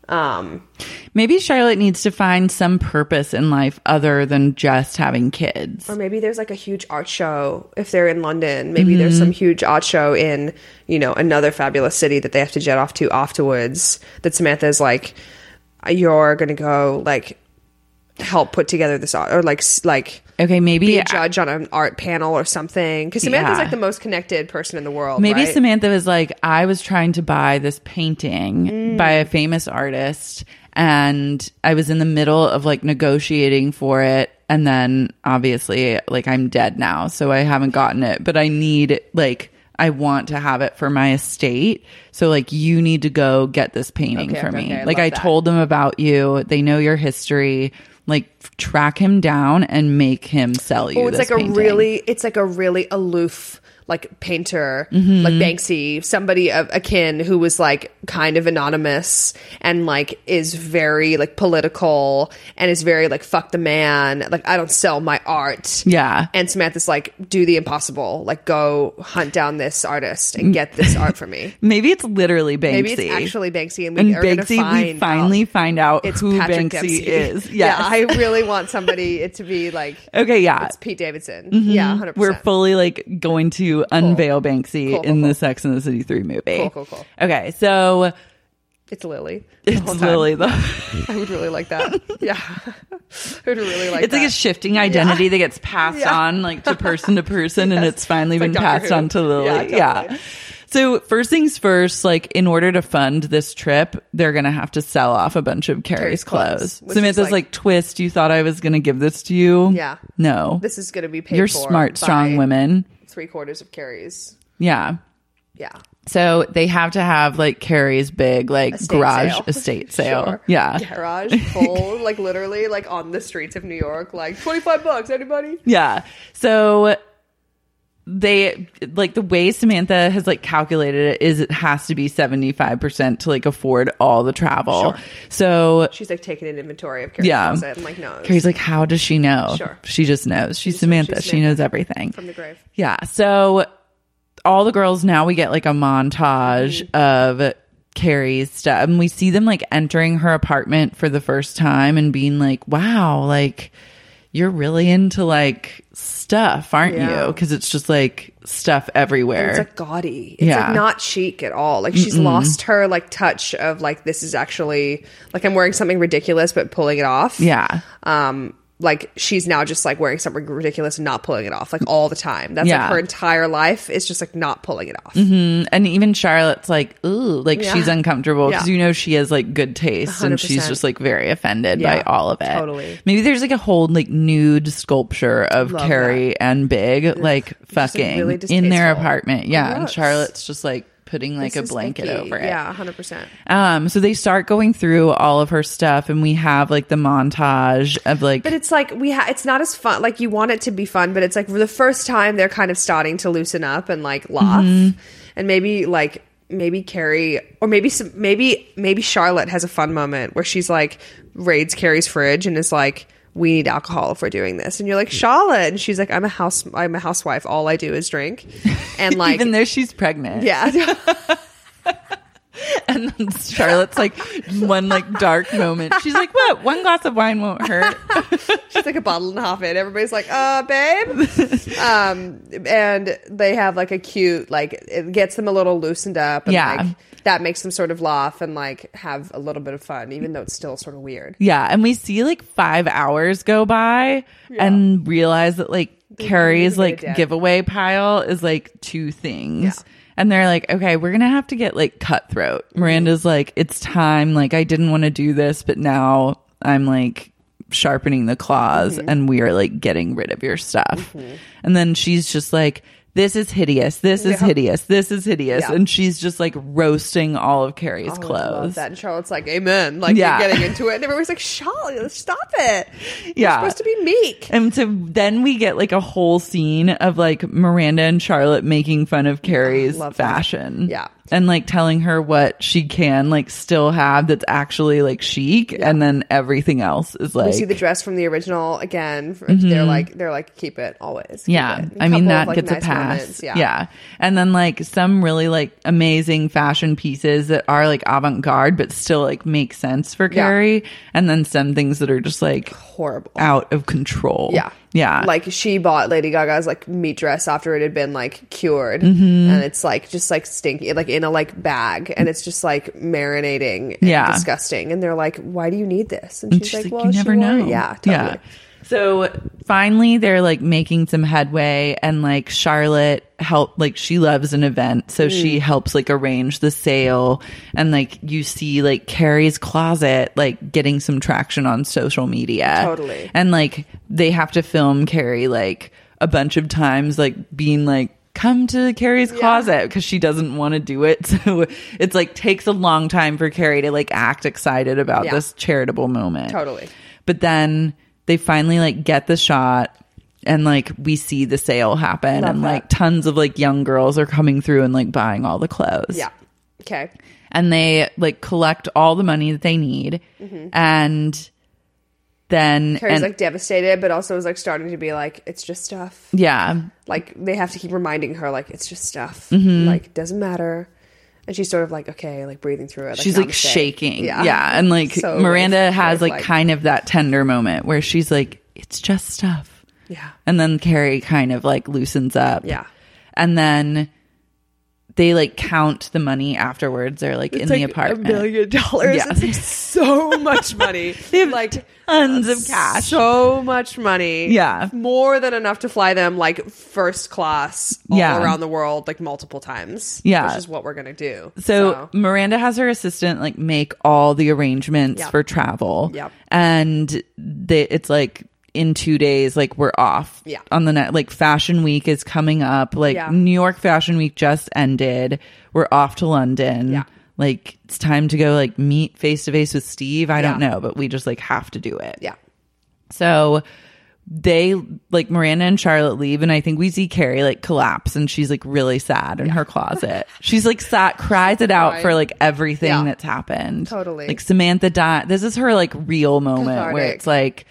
Um, Maybe Charlotte needs to find some purpose in life other than just having kids. or maybe there's like a huge art show if they're in London. Maybe there's Mm-hmm. some huge art show in you know another fabulous city that they have to jet off to afterwards. That Samantha's like, you're gonna go like help put together this art or like s- like Okay, maybe be a judge on an art panel or something. Because Samantha's Yeah. like the most connected person in the world. Maybe right? Samantha was like, I was trying to buy this painting Mm. by a famous artist, and I was in the middle of like negotiating for it. And then obviously, like, I'm dead now, so I haven't gotten it, but I need, like, I want to have it for my estate. So, like, you need to go get this painting Okay, for okay, me. okay, I like, love I that. told them about you, they know your history. Like, track him down and make him sell you. Oh, it's this like a painting. really, it's like a really aloof, like painter, Mm-hmm. like Banksy, somebody of akin who was like kind of anonymous and like is very like political and is very like fuck the man, like I don't sell my art. Yeah. And Samantha's like, do the impossible, like go hunt down this artist and get this art for me. Maybe it's literally Mm. Banksy. Maybe it's actually Banksy, and we and are gonna Banksy, find we finally out find out it's who Patrick Banksy Dempsey. is. Yeah, Yes. I really want somebody it to be like okay, yeah. it's Pete Davidson. Yeah, 100 Mm-hmm. We're fully like going to unveil Banksy Cool, cool, in the Sex and the City 3 movie. Cool, cool, cool. Okay, so It's Lily. the whole it's time. Lily the I would really like that. Yeah, I would really like. it's like a that. shifting identity that gets passed Yeah. on like to person to person and it's finally like been Doctor passed Who. on to Lily. Yeah, Yeah, totally. So first things first, like in order to fund this trip, they're gonna have to sell off a bunch of Carrie's, Carrie's clothes, clothes. which is Samantha's like- like, twist, you thought I was gonna give this to you. Yeah. No. This is going to be paid. You're for smart, by strong women. Three quarters of Carrie's. Yeah. Yeah, So they have to have like Carrie's big like Estate garage sale. estate sale. Sure. Yeah. garage full, like literally, like on the streets of New York, like twenty five bucks. Anybody? Yeah. So they like the way Samantha has like calculated it is it has to be 75% to like afford all the travel. So She's like taking an inventory of Carrie's Yeah. closet. I'm like, no, it's Carrie's like, how does she know? Sure. She just knows. She's, Samantha. she's she knows everything. from the grave. Yeah. So all the girls now we get like a montage of Carrie's stuff and we see them like entering her apartment for the first time and being like, wow, like you're really into like stuff, aren't you? Yeah. Because it's just like stuff everywhere. It's like gaudy. It's Yeah. like not chic at all. Like she's lost her like touch of like this is actually like I'm wearing something ridiculous but pulling it off. yeah. Um like she's now just like wearing something ridiculous and not pulling it off like all the time. That's Yeah. Mm-hmm. like her entire life is just like not pulling it off. And even Charlotte's like, ooh, like Yeah. she's uncomfortable because Yeah. you know she has like good taste and she's 100%. just like very offended by Yeah, all of it. totally. Maybe there's like a whole like nude sculpture of Love Carrie and Big like like, fucking really in their distasteful. apartment. Yeah. And Gross. Charlotte's just like putting like This a is blanket icky. over it. Yeah, 100%. Um, so they start going through all of her stuff and we have like the montage of like, But it's like we ha- it's not as fun. Like you want it to be fun, but it's like for the first time they're kind of starting to loosen up and like laugh, Mm-hmm. and maybe like maybe Carrie or maybe some, maybe maybe Charlotte has a fun moment where she's like raids Carrie's fridge and is like. We need alcohol if we're doing this, and you're like Charlotte, and she's like, "I'm a house, I'm a housewife. All I do is drink," and like, even though she's pregnant. yeah, And then Charlotte's like one like dark moment. She's like, what? One glass of wine won't hurt. It's like a bottle and a half in. Everybody's like, uh, babe. um, and they have like a cute, like, it gets them a little loosened up. And Yeah. Like, that makes them sort of laugh and like have a little bit of fun, even though it's still sort of weird. Yeah, and we see like five hours go by and realize that like Carrie's need to like get a dad. giveaway pile is like two things. And they're like, okay, we're gonna have to get like cutthroat. Miranda's like, it's time. Like, I didn't want to do this, but now I'm like sharpening the claws Mm-hmm. and we are like getting rid of your stuff. And then she's just like, this is hideous. This is hideous. This is hideous. Yeah. Oh, And she's just like roasting all of Carrie's I would love clothes. That. And Charlotte's like, amen. Like, Yeah. you're getting into it. And everybody's like, Charlotte, stop it. Yeah. You're supposed to be meek. And so then we get like a whole scene of like Miranda and Charlotte making fun of Carrie's Love that. fashion. Yeah. And like telling her what she can like still have that's actually like chic. And then everything else is like. We see the dress from the original again. They're like, they're like, keep it always. Mm-hmm. keep yeah. it." And I mean, couple that of, like, gets nice a pass. moments. yeah. And then like some really like amazing fashion pieces that are like avant garde, but still like make sense for Yeah. Carrie. And then some things that are just like Horrible. out of control. Yeah. Yeah. Like she bought Lady Gaga's like meat dress after it had been like cured. Mm-hmm. And it's like just like stinky, like in a like bag. And it's just like marinating and Yeah. disgusting. And they're like, why do you need this? And And she's, like, well, you never she wore know. it." Yeah. Totally. So finally, they're like making some headway, and like Charlotte help, like she loves an event, Hmm. so she helps like arrange the sale, and like you see like Carrie's closet like getting some traction on social media, Totally. and like they have to film Carrie like a bunch of times, like being like. Come to Carrie's closet because she doesn't want to do it. So it's like takes a long time for Carrie to like act excited about Yeah. this charitable moment. Totally. But then they finally like get the shot and like we see the sale happen Love and that. like tons of like young girls are coming through and like buying all the clothes Yeah. Okay. and they like collect all the money that they need and then Mm-hmm. Carrie's and, like devastated, but also is like starting to be like, it's just stuff. yeah Like they have to keep reminding her, like it's just stuff. Mm-hmm. Like it doesn't matter. And she's sort of like, okay, like breathing through it. she's not like a mistake. shaking yeah. and like So miranda it's has sort like, of kind of that tender moment where she's like it's just stuff yeah, and then carrie kind of like loosens up yeah. and then they like count the money afterwards they're like in the Like, apartment a million dollars. Yeah. It's like so much money. they have like tons of cash So much money. Yeah. More than enough to fly them like first class all Yeah. around the world like multiple times. Yeah. Which is what we're going to do. So Miranda has her assistant like make all the arrangements Yep. for travel. Yep. And they, it's like in two days, like we're off. Yeah. On the net, like Fashion Week is coming up. Like Yeah. New York Fashion Week just ended. We're off to London. Yeah. Like it's time to go like meet face to face with Steve. I don't Yeah. know, but we just like have to do it. yeah. So they like Miranda and Charlotte leave, and I think we see Carrie like collapse, and she's like really sad in her closet. she's like sad, cries it out for like everything Yeah. that's happened. Totally. Like Samantha died. This is her like real moment where Cathartic. it's like,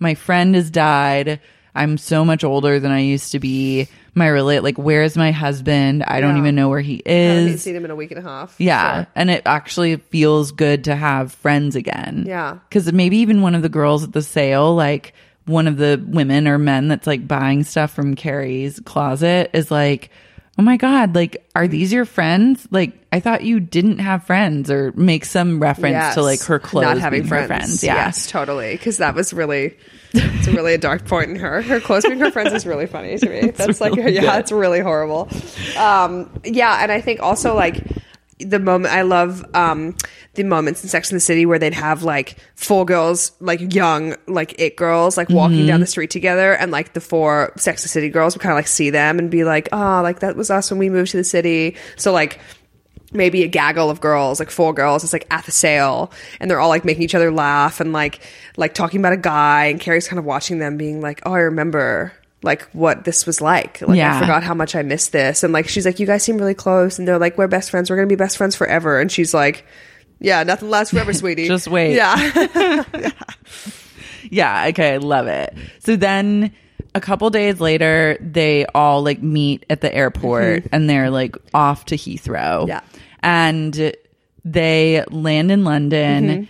my friend has died. I'm so much older than I used to be. My relate like, where's my husband? I don't Yeah. even know where he I haven't is. seen him in a week and a half. Yeah. Sure. And it actually feels good to have friends again. Yeah. Cause maybe even one of the girls at the sale, like one of the women or men that's like buying stuff from Carrie's closet is like, Oh my God, like, are these your friends? Like, I thought you didn't have friends or make some reference to like her Yes. clothes. Not having being friends. Her friends. Yeah. Yes, totally. Because that was really, it's really a dark point in her. Her clothes being her friends is really funny to me. That's like, really yeah, good. it's really horrible. Um, yeah, and I think also like the moment I love um, the moments in Sex in the City where they'd have like four girls, like young, like it girls, like walking Mm-hmm. down the street together, and like the four Sex and the City girls would kind of like see them and be like, oh, like that was us when we moved to the city. So like maybe a gaggle of girls, like four girls, it's like at the sale, and they're all like making each other laugh and like like talking about a guy, and Carrie's kind of watching them, being like, "Oh, I remember." Like what this was like. Like Yeah. I forgot how much I missed this. And like she's like, You guys seem really close and they're like, We're best friends, we're gonna be best friends forever. And she's like, Yeah, nothing lasts forever, sweetie. Just wait. Yeah. Yeah, okay, I love it. So then a couple days later, they all like meet at the airport and they're like off to Heathrow. Yeah. And they land in London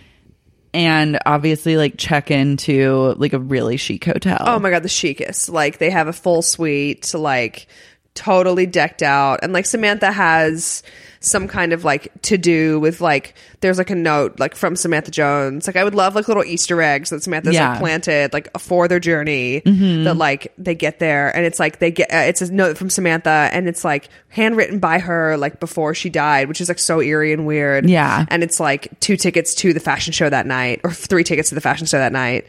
and obviously like check into like a really chic hotel. Oh my god, the chicest. Like they have a full suite, like totally decked out. And like Samantha has some kind of like to do with like there's like a note like from Samantha Jones. Like I would love like little Easter eggs that Samantha's Yeah. like planted like for their journey Mm-hmm. that like they get there and it's like they get uh, it's a note from Samantha and it's like handwritten by her like before she died, which is like so eerie and weird. Yeah. And it's like two tickets to the fashion show that night or three tickets to the fashion show that night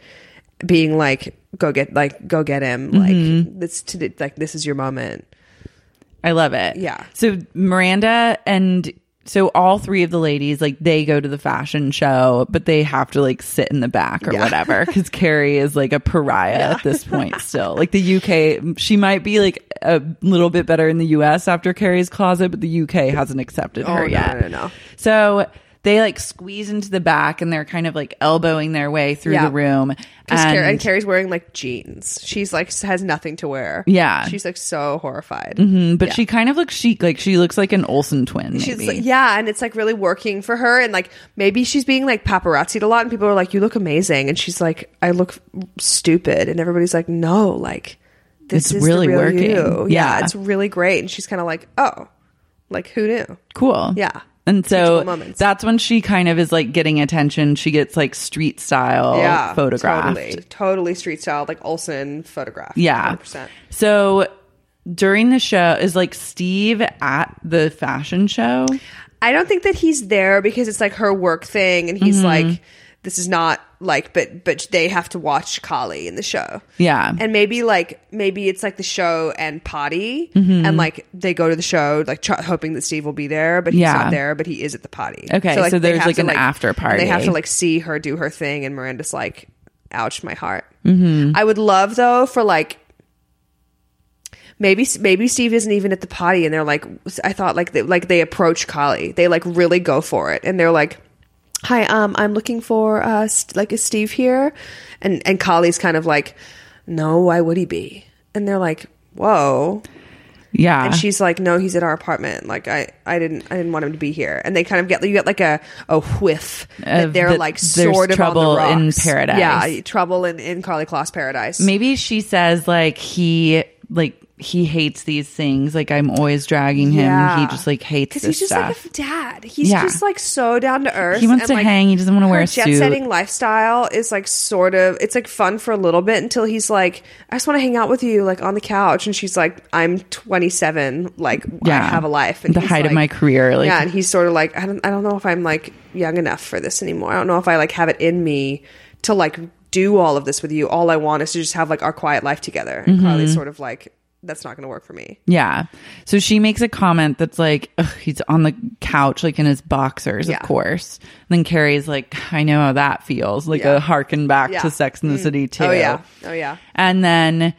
being like go get like go get him Mm-hmm. like this to like this is your moment I love it. Yeah. So Miranda and so all three of the ladies like they go to the fashion show, but they have to like sit in the back or whatever because Carrie is like a pariah at this point still. Like the UK, she might be like a little bit better in the US after Carrie's closet, but the UK hasn't accepted her Oh, no, yet. no, no, no. So they like squeeze into the back and they're kind of like elbowing their way through Yeah. the room. and, And, and carrie's wearing like jeans she's like has nothing to wear Yeah. Mm-hmm. she's like so horrified but she kind of looks chic, like she looks like an Olsen twin. Maybe. she's like, yeah and it's like really working for her and like maybe she's being like paparazzied a lot and people are like you look amazing and she's like i look stupid and everybody's like no like this It's is the really real working. you. Yeah. it's really great and she's kind of like oh like who knew Cool. Yeah. And so Teachable moments. that's when she kind of is like getting attention. She gets like street style photographed. Totally, totally street style, like Olsen photograph. Yeah. 100%. So during the show is like Steve at the fashion show. I don't think that he's there because it's like her work thing, and Mm-hmm. he's like, this is not like, but but they have to watch Kali in the show. Yeah. And maybe like maybe it's like the show and potty, Mm-hmm. and like they go to the show like tr- hoping that Steve will be there, but he's Yeah. not there, but he is at the potty. Okay, so they there's, have like, an after They have party. to like see her Mm-hmm. do her thing, and Miranda's like, ouch, my heart. I would love though for like maybe maybe Steve isn't even at the potty, and they're like, I thought like they, like they approach Kali, they like really go for it, and they're like. Hi, um, I'm looking for uh, st- like is Steve here? And and Kali's kind of like, no, why would he be? And they're like, whoa, Yeah. and she's like, "No, he's at our apartment. Like, I, I didn't, I didn't want him to be here." And they kind of get, you get like a, a whiff that Of they're that like there's sort of on trouble the in rocks. paradise. Yeah, trouble in in Carly Kloss paradise. Maybe she says like he like he hates these things. Like I'm always dragging him. Yeah. He just like hates because this he's just stuff. like a dad. He's Yeah. just like so down to earth. He wants to like, hang. He doesn't wanna wear her a jet suit. setting lifestyle is like sort of it's like fun for a little bit until he's like, I just want to hang out with you like on the couch, and she's like, I'm 27, like I Yeah. have a life, and The he's height of like- my career, like- yeah, and he's sort of like, I don't, I don't know if I'm like young enough for this anymore. I don't know if I like have it in me to like do all of this with you. All I want is to just have like our quiet life together. And Mm-hmm. Carly's sort of like, that's not going to work for me. yeah. So she makes a comment that's like Ugh, he's on the couch like in his boxers, Yeah. of course. And then Carrie's like I know how that feels. Like Yeah. a harken back Yeah. to Sex in the City too. Oh yeah, oh yeah, And then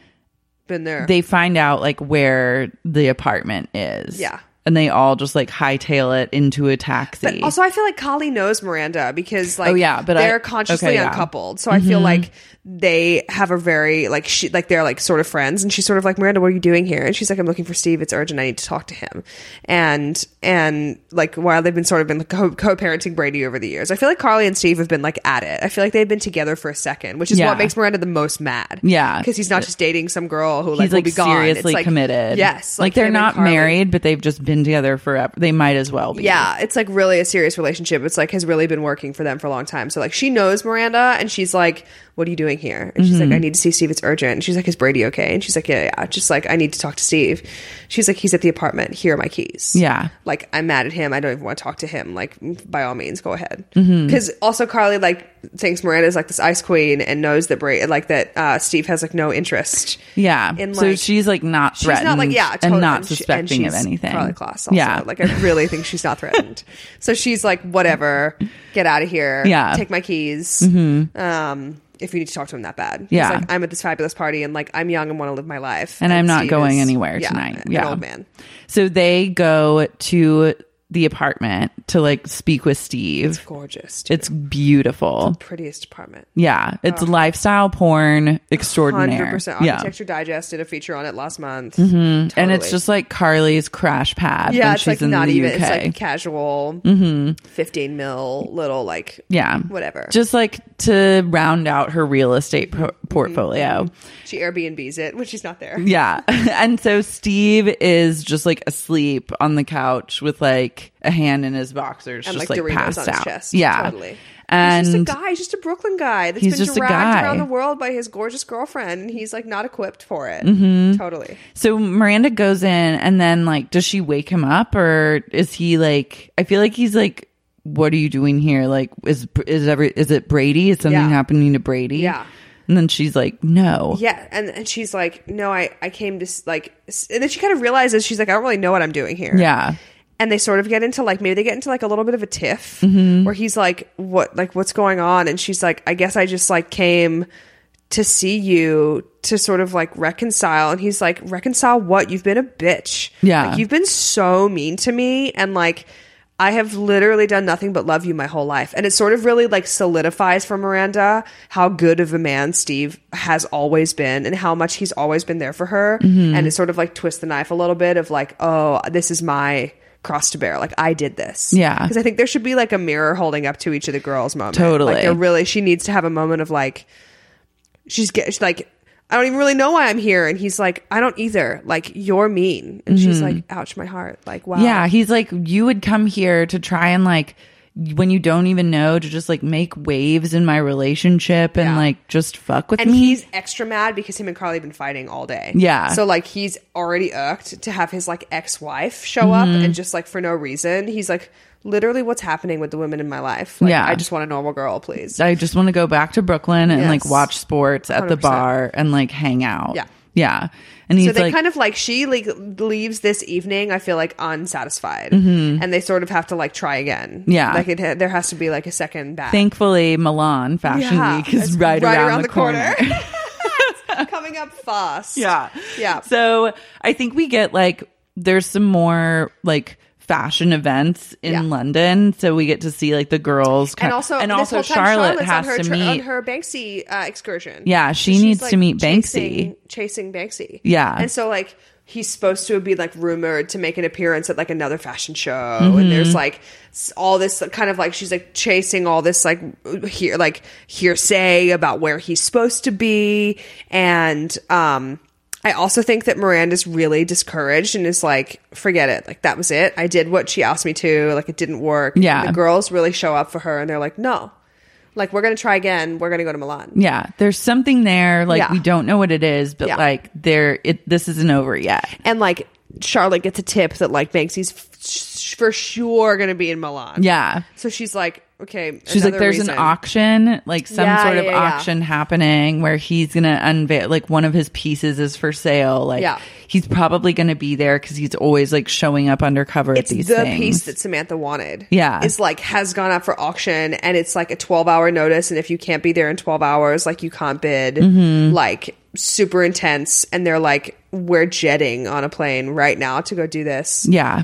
been there. they find out like where the apartment is. Yeah. And they all just like hightail it into a taxi. But also, I feel like Kali knows Miranda because, like, Oh, yeah, but I- they're consciously okay, yeah. Mm-hmm. uncoupled. So I feel like they have a very like she like they're like sort of friends, and she's sort of like Miranda, what are you doing here? And she's like, I'm looking for Steve. It's urgent. I need to talk to him. And and like while they've been sort of been co- co-parenting Brady over the years, I feel like Carly and Steve have been like at it. I feel like they've been together for a second, which is Yeah. what makes Miranda the most mad. Yeah. because he's not just dating some girl who like he's will like be gone. It's, seriously like- committed. Yes, like, they're him and not Carly. married, but they've just been together forever. They might as well be. Yeah, it's like really a serious relationship. It's like has really been working for them for a long time. So like she knows Miranda and she's like, What are you doing here? And she's like, I need to see Steve, it's urgent. And she's like, Is Brady okay? And she's like, Yeah, yeah. Just like I need to talk to Steve. She's like, He's at the apartment. Here are my keys. Yeah. Like I'm mad at him. I don't even want to talk to him. Like by all means, go ahead. Because also Carly like thinks Miranda's like this ice queen and knows that Brady like that uh, Steve has like no interest. yeah. In, so like- she's like not She's threatened not like yeah, totally. and not she- suspecting she's of anything. Carly Kloss also. Yeah, like I really think she's not threatened. so she's like, whatever, get out of here. Yeah. Mm-hmm. take my keys. Um, if you need to talk to him that bad. He's Yeah. like, I'm at this fabulous party and like I'm young and want to live my life, And I'm not Steve going anywhere tonight. an Yeah. old man. so they go to the apartment to like speak with Steve. Gorgeous, dude. It's beautiful. prettiest apartment. Yeah, it's lifestyle porn extraordinaire. Hundred percent. Yeah. Mm-hmm. Architecture Digest did a feature on it last month, And Totally. it's just like Carly's crash pad. yeah, when it's she's like in not the even. UK. It's like casual, fifteen mil little like yeah, whatever. Mm-hmm. Just like to round out her real estate pro- portfolio. she Airbnbs it when she's not there. Yeah. and so Steve is just like asleep on the couch with like a hand in his boxers, and just like, like, Doritos passed on out. his chest. Yeah. totally. And he's just a guy. He's just a Brooklyn guy that's He's been just a dragged guy. around the world by his gorgeous girlfriend. and He's like not equipped for it. Mm-hmm. Totally. so Miranda goes in and then like, does she wake him up or is he like, I feel like he's like, what are you doing here? Like, is, is every, is it Brady? Is something Yeah. happening to Brady? Yeah. And then she's like, no. Yeah, and and she's like, no, I I came to s- like, s- and then she kind of realizes she's like, I don't really know what I'm doing here. Yeah. and they sort of get into like maybe they get into like a little bit of a tiff where he's like what like what's going on and she's like i guess i just like came to see you to sort of like reconcile and he's like reconcile what you've been a bitch Yeah. like, you've been so mean to me and like I have literally done nothing but love you my whole life. And it sort of really like solidifies for Miranda how good of a man Steve has always been and how much he's always been there for her. Mm-hmm. And it sort of like twists the knife a little bit of like, oh, this is my cross to bear. Like I did this. Yeah. Because I think there should be like a mirror holding up to each of the girls moment. Totally. Like they're really, she needs to have a moment of like, she's get she's like I don't even really know why I'm here and he's like I don't either like you're mean and she's like ouch my heart like wow Mm-hmm. Yeah, he's like, you would come here to try and like, when you don't even know, to just like make waves in my relationship and Yeah. like just fuck with and me. he's extra mad because him and Carly have been fighting all day Yeah. so like he's already irked to have his like ex-wife show up Mm-hmm. and just like for no reason he's like literally what's happening with the women in my life like, Yeah. I just want a normal girl please I just want to go back to Brooklyn and like Yes. watch sports at the 100%. bar and like hang out. Yeah. Yeah. And he's so they like, kind of like she like leaves this evening i feel like unsatisfied and they sort of have to like try again Mm-hmm. Yeah. like it ha- there has to be like a second back thankfully, Milan Fashion Week is it's right, around, the, corner. Coming up fast. Yeah. Yeah. So I think we get like there's some more like fashion events in Yeah. London, so we get to see like the girls. And kind- also, and this also whole time Charlotte Charlotte's has on her, to tr- on meet. her Banksy uh, excursion. Yeah, she She's, needs to like, meet Banksy. chasing- chasing Banksy. Yeah. and so like he's supposed to be like rumored to make an appearance at like another fashion show, and there's like s- all this kind of like she's like chasing all this like here like hearsay about where he's supposed to be, and um. I also think that Miranda's really discouraged and is like, forget it. Like, that was it. I did what she asked me to. Like, it didn't work. Yeah. The girls really show up for her and they're like, no, like, we're going to try again. We're going to go to Milan. yeah, there's something there. Like Yeah. we don't know what it is, but Yeah. like there, it this isn't over yet. and like Charlotte gets a tip that like Banksy's f- for sure going to be in Milan. Yeah, So she's like, okay. She's like, another there's reason." an auction, like some Yeah, sort of yeah, yeah. auction happening where he's going to unveil, like, one of his pieces is for sale. Like, Yeah. he's probably going to be there because he's always like showing up undercover It's at these the things. piece that Samantha wanted. Yeah. It's like has gone out for auction and it's like a 12 hour notice. And if you can't be there in 12 hours, like you can't bid. Mm-hmm. Like super intense. And they're like, we're jetting on a plane right now to go do this. yeah.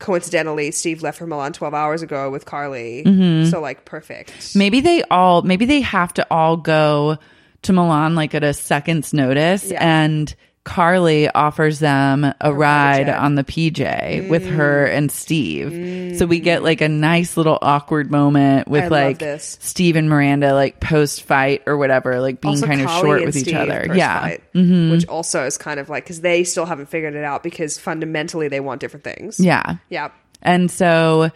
Coincidentally, Steve left for Milan 12 hours ago with Carly. Mm-hmm. So like perfect. Maybe they all, maybe they have to all go to Milan like at a second's notice. And Carly offers them a, ride on the PJ with Mm. her and Steve. So we get like a nice little awkward moment with I love like this. Steve and Miranda like post fight or whatever, like being Also kind of Kali short and with each Steve other. first Yeah. Mm-hmm. fight, which also is kind of like because they still haven't figured it out because fundamentally they want different things. Yeah. yeah. And so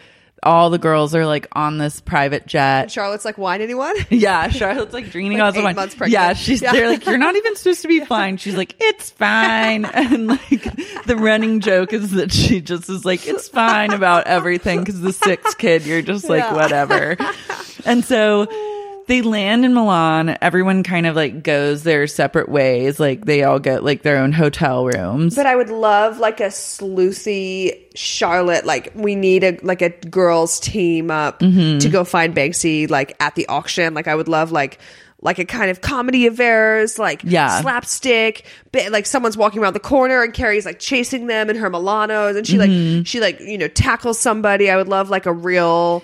all the girls are like on this private jet. Charlotte's like, wine anyone? Yeah, Charlotte's like dreaming Like on eight someone. months pregnant. Yeah, she's Yeah. they're like, You're not even supposed to be flying. She's like, It's fine. And like the running joke is that she just is like, It's fine about everything because the sixth kid, you're just like, Yeah. whatever. And so they land in Milan. Everyone kind of like goes their separate ways. Like they all get like their own hotel rooms. But I would love like a sleuthy Charlotte. Like we need a like a girls team up Mm-hmm. to go find Banksy like at the auction. Like I would love like like a kind of comedy of errors, like Yeah. slapstick. But like someone's walking around the corner and Carrie's like chasing them in her Milanos, and she Mm-hmm. like she like you know tackles somebody. I would love like a real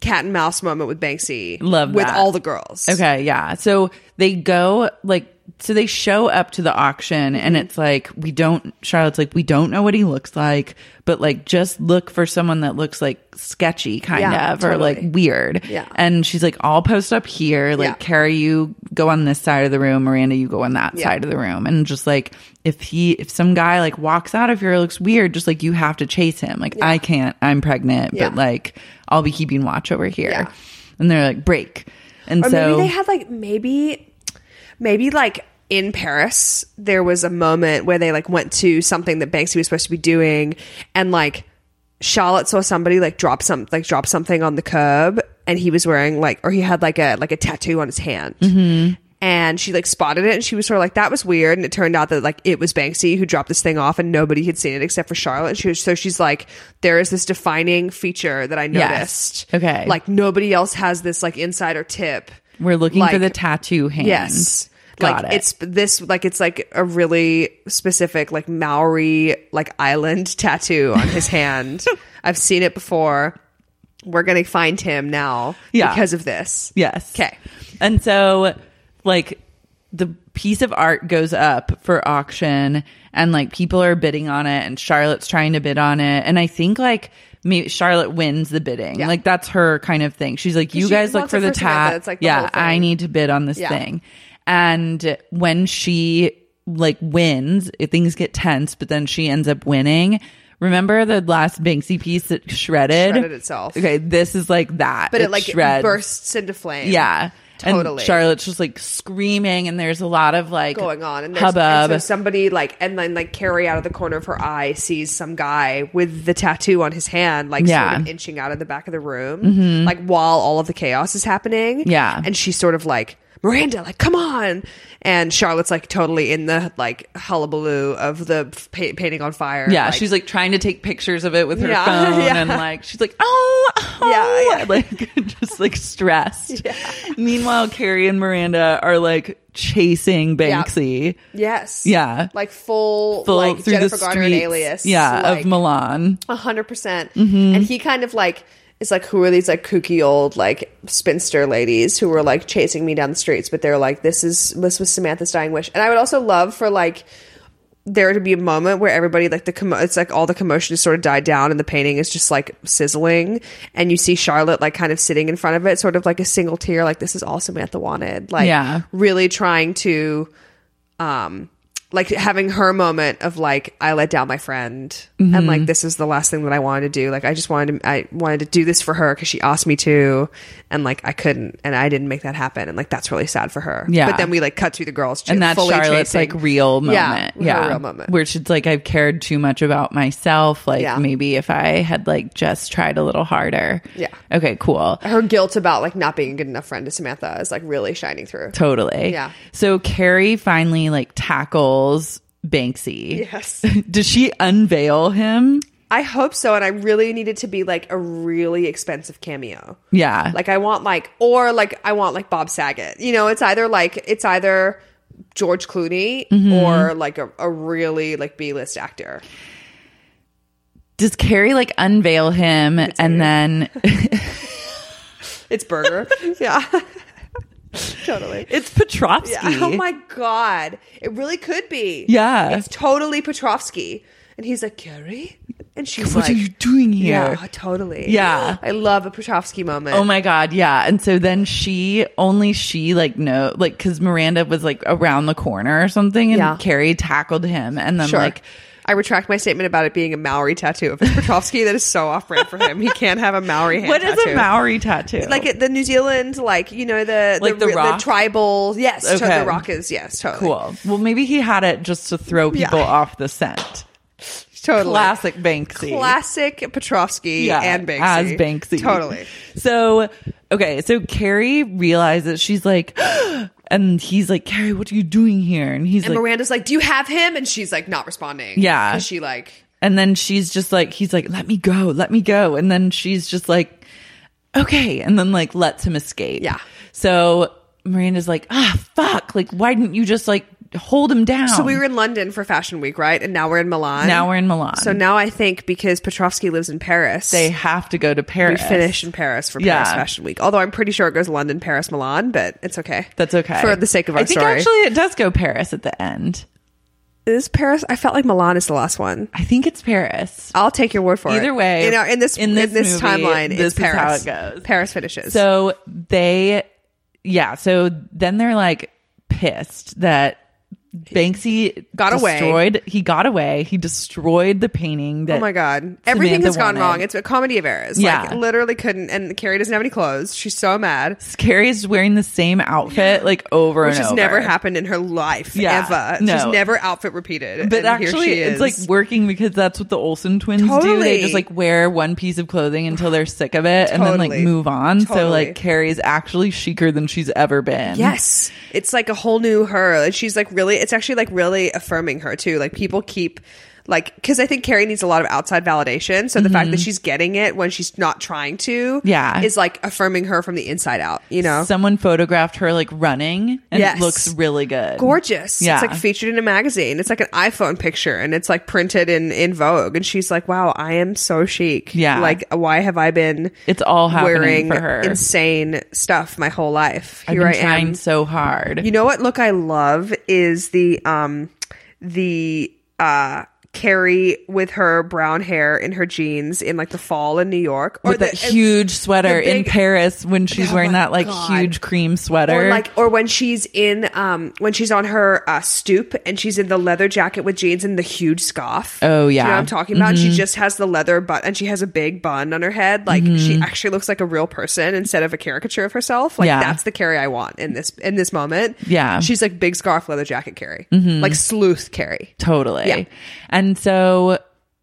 cat and mouse moment with Banksy. Love with that. all the girls. Okay, yeah. So they go like so they show up to the auction and it's like we don't Charlotte's like we don't know what he looks like, but like just look for someone that looks like sketchy kind Yeah, of or like totally. weird. Yeah. And she's like I'll post up here, like Yeah. Carrie you go on this side of the room, Miranda you go on that side of the room and just like if he if some guy like walks out of here looks weird, just like you have to chase him. Like I can't. I'm pregnant, Yeah. but like I'll be keeping watch over here. Yeah. And they're like break. And Or so maybe they had like maybe maybe like in Paris there was a moment where they like went to something that Banksy was supposed to be doing and like Charlotte saw somebody like drop some like drop something on the curb and he was wearing like or he had like a like a tattoo on his hand. Mm-hmm. And she like spotted it and she was sort of like, that was weird. And it turned out that like it was Banksy who dropped this thing off and nobody had seen it except for Charlotte. And she was, so she's like, there is this defining feature that I Yes. noticed. Okay. Like nobody else has this like insider tip. We're looking for Like- the tattoo hand. Yes. Got like it. it's this like it's like a really specific like Maori like island tattoo on his hand. I've seen it before. We're gonna find him now Yeah. because of this. Yes. Okay. And so, like, the piece of art goes up for auction, and like people are bidding on it, and Charlotte's trying to bid on it, and I think like maybe Charlotte wins the bidding. Yeah. Like that's her kind of thing. She's like, you she guys look wants for it the for Samantha. tat. It's like the yeah, whole thing. I need to bid on this Yeah. thing. And when she like wins, it- things get tense, but then she ends up winning. Remember the last Banksy piece that shredded? Shredded itself. Okay, this is like that. But it, like shreds. bursts into flame. Yeah. And Totally. Charlotte's just like screaming, and there's a lot of like Going on and there's hubbub. And so somebody like and then like Carrie out of the corner of her eye sees some guy with the tattoo on his hand like Yeah. Mm-hmm. sort of inching out of the back of the room like while all of the chaos is happening Yeah. and she's sort of like Miranda like come on and Charlotte's like totally in the like hullabaloo of the f- pa- painting on fire yeah, she's like trying to take pictures of it with her Yeah, phone, yeah. and like she's like, oh, Yeah, yeah. Like just like stressed. Meanwhile, Carrie and Miranda are like chasing Banksy. Yes. Yeah. Like full, Full like through Jennifer the Garner and streets. alias. Yeah, like, of Milan. A hundred percent. And he kind of like is like, who are these like kooky old like spinster ladies who were like chasing me down the streets? But they're like, this is this was Samantha's dying wish. And I would also love for like there to be a moment where everybody like the commo- it's like all the commotion has sort of died down and the painting is just like sizzling and you see Charlotte like kind of sitting in front of it sort of like a single tear like this is all Samantha wanted like Yeah. really trying to um like having her moment of like I let down my friend and Mm-hmm. like this is the last thing that I wanted to do like I just wanted to I wanted to do this for her cuz she asked me to and like I couldn't and I didn't make that happen and like that's really sad for her Yeah. but then we like cut to the girls And that's fully Charlotte's chasing. like real moment. Yeah, Yeah. her real moment. Where she's like, I've cared too much about myself. Like Yeah. maybe if I had like just tried a little harder. Yeah. Okay, cool. her guilt about like not being a good enough friend to Samantha is like really shining through. Totally. Yeah. So Carrie finally like tackles Banksy. Yes. Does she unveil him? I hope so. And I really need it to be like a really expensive cameo. Yeah. Like I want like, or like I want like Bob Saget. You know, it's either like, it's either George Clooney Mm-hmm. or like a, a really like B list actor. does Carrie like unveil him and then It's Burger. yeah. totally. it's Petrovsky. Yeah. Oh my God. It really could be. Yeah. It's totally Petrovsky. And he's like, Carrie? And she's what like, are you doing here? Yeah, totally. Yeah. I love a Petrovsky moment. Oh my god, yeah. And so then she only she like no like cuz Miranda was like around the corner or something and Yeah. Carrie tackled him and then sure. like I retract my statement about it being a Maori tattoo. If it's Petrovsky, that is so off brand for him. He can't have a Maori hand what is tattoo. a Maori tattoo? Like it- the New Zealand, like you know the Like the the, re- the, rock? tribal, yes, to- Okay. the rock is yes, totally, cool. Well, maybe he had it just to throw people Yeah. off the scent. totally Classic Banksy. classic Petrovsky and Banksy As Banksy. totally. So, okay. So Carrie realizes she's like, and he's like, Carrie, what are you doing here? And he's And like, Miranda's like, "Do you have him?" And she's like, not responding. Yeah. 'Cause she like and then she's just like, he's like, let me go, let me go. And then she's just like, okay. And then like lets him escape. Yeah. So Miranda's like, ah, fuck. Like, why didn't you just like hold him down? So we were in London for Fashion Week, right? And now we're in Milan. Oh. now we're in Milan. So now I think because Petrovsky lives in Paris, they have to go to we Paris. finish in Paris for Paris Yeah. Fashion Week. Although I'm pretty sure it goes London, Paris, Milan, but it's okay. That's okay. For the sake of our I think story. actually it does go Paris at the end. is Paris. I felt like Milan is the last one. I think it's Paris. I'll take your word for it. Either way, in, our, in this in in this this, movie, timeline, this it's is how Paris. it goes. Paris finishes. So they, yeah. So then they're like pissed that Banksy Got away. destroyed, He got away. He destroyed the painting. That oh my god, everything Samantha has gone wanted. wrong. It's a comedy of errors. Yeah. like, literally couldn't. And Carrie doesn't have any clothes. She's so mad. Carrie is wearing the same outfit like over Which and has over. never happened in her life Yeah. ever. No. She's never outfit repeated. But and here actually, she it's is. like working because that's what the Olsen twins do. They Totally. just like wear one piece of clothing until they're sick of it, and then like Totally. move on. So Totally. like Carrie's actually chicer than she's ever been. Yes. It's like a whole new her. And she's like really, it's actually like really affirming her too. Like people keep, like, because I think Carrie needs a lot of outside validation. So the fact that she's getting it when she's not trying to Mm-hmm. Yeah. is like affirming her from the inside out, you know? Someone photographed her like running, and Yes. it looks really good. Gorgeous. Yeah. It's like featured in a magazine. It's like an iPhone picture and it's like printed in, in Vogue. And she's like, wow, I am so chic. Yeah. Like, why have I been It's all happening wearing for her. insane stuff my whole life? I've Here been I trying am. so hard. You know what look I love is the um the uh Carrie with her brown hair in her jeans in like the fall in New York or with that huge sweater the in big- Paris when she's Oh wearing my that like God. huge cream sweater. or like or when she's in um when she's on her uh, stoop and she's in the leather jacket with jeans and the huge scarf. Oh, Do you know yeah. Mm-hmm. what I'm talking about. She just has the leather bun and she has a big bun on her head. Like she actually looks like a real person instead of a caricature of herself. Like Mm-hmm. Yeah. that's the Carrie I want in this in this moment. Yeah. Mm-hmm. she's like big scarf leather jacket Carrie, like sleuth Carrie. totally. Yeah. And so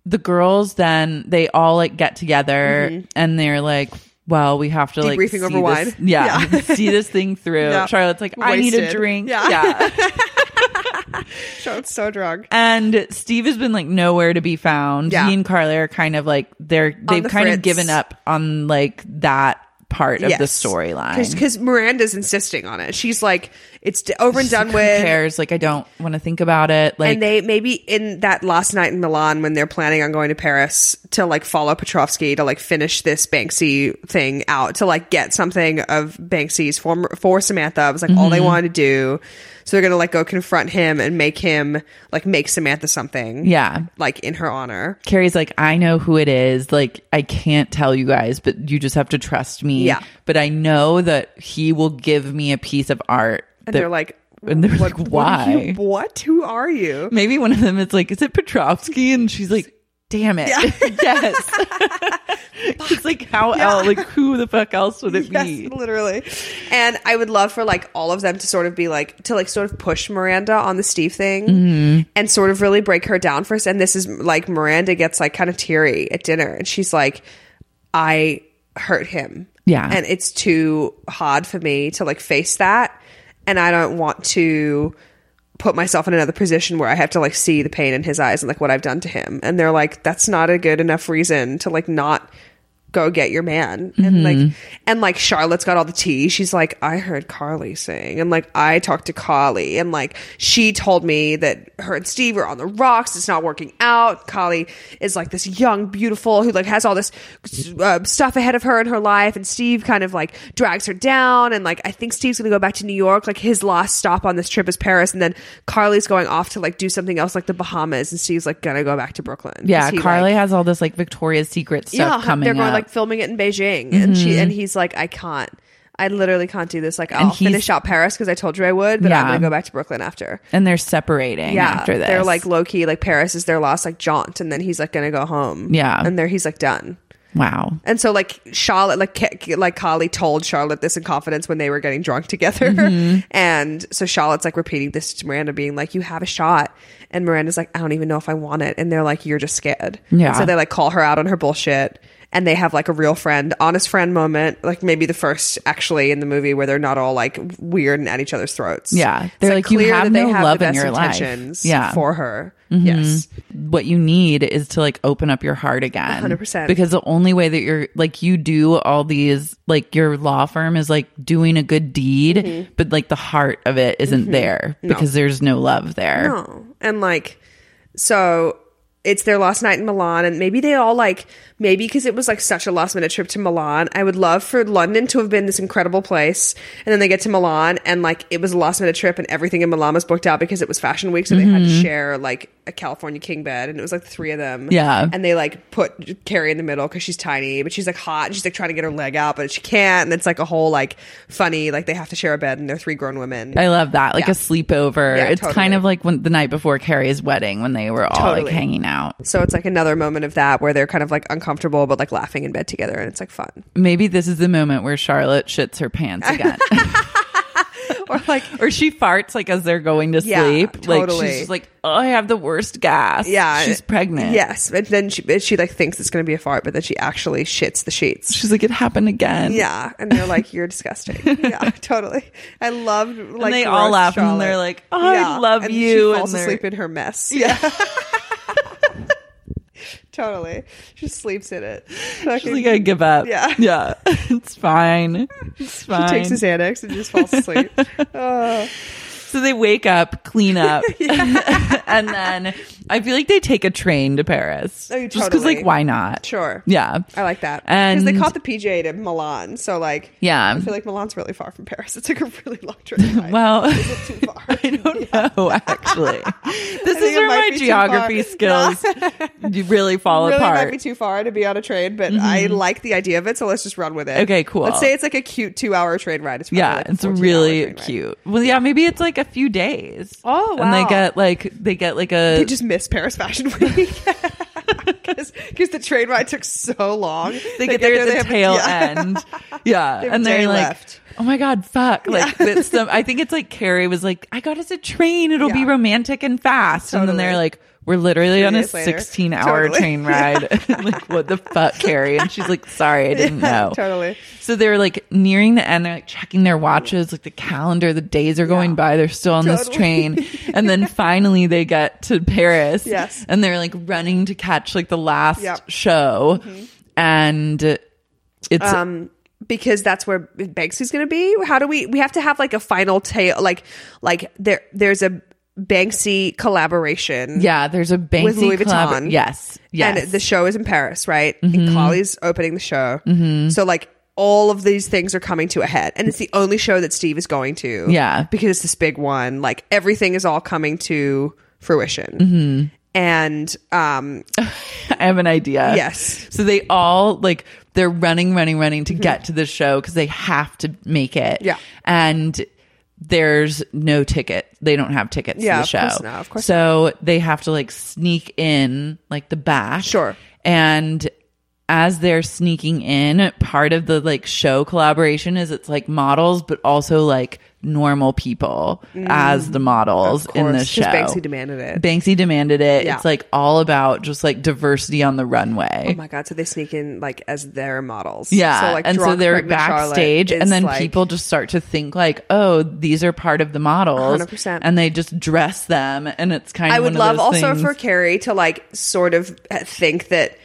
the girls then they all like get together and they're like, well, we have to like Mm-hmm. Debriefing see over this- wine. Yeah, see this thing through. Yeah. Charlotte's like, I need a Wasted. drink. Yeah. yeah. Sean's so drunk. And Steve has been like nowhere to be found. Yeah. He and Carly are kind of like they're they've the kind of fritz. given up on like that part of the Yes. storyline. Because Miranda's insisting on it. She's like, it's d- over and done Who with. cares? Like I don't want to think about it. Like and they maybe in that last night in Milan when they're planning on going to Paris to like follow Petrovsky to like finish this Banksy thing out to like get something of Banksy's for for Samantha. It was like all Mm-hmm. they wanted to do. So they're gonna like go confront him and make him like make Samantha something. yeah. Like in her honor. Carrie's like, I know who it is. Like, I can't tell you guys, but you just have to trust me. Yeah. But I know that he will give me a piece of art. And that- they're like, and they're like, What? are why? you- what? Who are you? maybe one of them is like, is it Petrovsky? And she's like, damn it. yes. it's like, how else? Like, who the fuck else would it be? Yes, literally. And I would love for like all of them to sort of be like to like sort of push Miranda on the Steve thing and sort of really break her down first. And this is like Miranda gets like kind of teary at dinner and she's like, I hurt him. Yeah. And it's too hard for me to like face that. And I don't want to put myself in another position where I have to like see the pain in his eyes and like what I've done to him. And they're like, that's not a good enough reason to like not go get your man. And like and like Charlotte's got all the tea. She's like, I heard Carly sing and like I talked to Carly and like she told me that her and Steve are on the rocks. It's not working out. Carly is like this young, beautiful who like has all this uh, stuff ahead of her in her life, and Steve kind of like drags her down. And like I think Steve's gonna go back to New York. Like his last stop on this trip is Paris, and then Carly's going off to like do something else, like the Bahamas, and Steve's like gonna go back to Brooklyn. 'Cause Yeah. he, like- Carly has all this like Victoria's Secret stuff coming they're going up. Mm-hmm. like filming it in Beijing, and she and he's like, I can't. I literally can't do this. Like, I'll he's- finish out Paris because I told you I would, but Yeah. I'm gonna go back to Brooklyn after. and they're separating Yeah, after this. they're like low key. Like Paris is their last like jaunt, and then he's like gonna go home. Yeah. and there he's like done. wow. And so like Charlotte, like K- like Carly told Charlotte this in confidence when they were getting drunk together, Mm-hmm. and so Charlotte's like repeating this to Miranda, being like, "You have a shot," and Miranda's like, "I don't even know if I want it," and they're like, "You're just scared." Yeah. So they like call her out on her bullshit, and they have like a real friend, honest friend moment, like maybe the first actually in the movie where they're not all like weird and at each other's throats. Yeah. It's, They're like, "You clear have that they no have love the in best your life." intentions Yeah. Mm-hmm. for her. Yes. what you need is to like open up your heart again 100%. because the only way that you're like you do all these like your law firm is like doing a good deed Mm-hmm. but like the heart of it isn't there because there's no love there No. And like, so it's their last night in Milan, and maybe they all like, maybe because it was like such a last minute trip to Milan, I would love for London to have been this incredible place. And then they get to Milan, and like, it was a last minute trip, and everything in Milan was booked out because it was fashion week, so they had Mm-hmm. to share like a California king bed, and it was like the three of them. Yeah. And they like put Carrie in the middle because she's tiny, but she's like hot, and she's like trying to get her leg out, but she can't. And it's like a whole like funny, like they have to share a bed, and they're three grown women. I love that. Like a sleepover. Yeah, it's kind totally. of like when the night before Carrie's wedding when they were all like Totally. hanging out. So it's like another moment of that where they're kind of like uncomfortable but like laughing in bed together and it's like fun. Maybe this is the moment where Charlotte shits her pants again. Or like or she farts like as they're going to Yeah, sleep. Like totally. she's just like, Oh, I have the worst gas. yeah, She's pregnant. Yes, but then she but she like thinks it's going to be a fart but then she actually shits the sheets. She's like, It happened again. Yeah, and they're like you're disgusting. yeah, totally. I loved like they all roast laugh and they're Charlotte. like, "Oh, "I love and you," She falls and they're- asleep in her mess. Yeah. totally. She sleeps in it. She's like, I give up. Yeah. Yeah. It's fine. It's fine. she takes his Xanax and just falls asleep. so they wake up, clean up, and then I feel like they take a train to Paris. Oh, Just because, like, totally. why not? Sure. Yeah. I like that. Because And they caught the PJ to Milan. So, like, Yeah. I feel like Milan's really far from Paris. It's like a really long drive. Well, Is it too far? I don't know, actually. This think is it where might my be too geography far. skills you really fall really might apart. Mm-hmm. be too far to be on a train, but I like the idea of it. So let's just run with it. Okay, cool. Let's say it's like a cute two hour train ride. It's probably yeah, like a it's 14 hour really train ride. cute. Well, yeah, maybe it's like a few days. Oh, And they wow. get like they get like They a just missed Paris Fashion Week. Because the train ride took so long. they, get, there at the have a- tail yeah. end. Yeah. have and a day they're like, left. oh my God, fuck. Like, it's some, I think it's like Carrie was like, I got us a train. It'll be Yeah. romantic and fast. And then they're Totally. like, We're literally on a days later. 16 hour Totally. train ride. like, what the fuck, Carrie? And she's like, sorry, I didn't know. totally. So they're like nearing the end. They're like checking their watches, like the calendar. The days are going by. They're still on this Totally. train. And then finally they get to Paris. Yes. And they're like running to catch like the last Yep. Mm-hmm. show. And it's because that's where Banksy's going to be. How do we? We have to have like a final tale. Like like there there's a Banksy collaboration. Yeah, there's a Banksy with Louis collab- Vuitton. Yes, yes. Mm-hmm. And the show is in Paris, right? And Chloe's opening the show. So like all of these things are coming to a head. And it's the only show that Steve is going to. Yeah. Because it's this big one. Like everything is all coming to fruition. Mm-hmm. And um I have an idea. Yes. So they all like they're running, running, running to get to the show because they have to make it. Yeah. And there's no ticket. They don't have tickets to the Yeah, of show. course not, of course So they have to like sneak in like the back. Sure. And as they're sneaking in, part of the like show collaboration is it's like models, but also like normal people as the models in the course, 'cause show. Banksy demanded it. Banksy demanded it. Yeah. It's like all about just like diversity on the runway. Oh my god! So they sneak in like as their models, yeah, So like and so drunk, they're pregnant Charlotte backstage, is, and then like- people just start to think like, "Oh, these are part of the models," 100%. and they just dress them, and it's kind of I one would of love those also things- for Carrie to like sort of uh, think that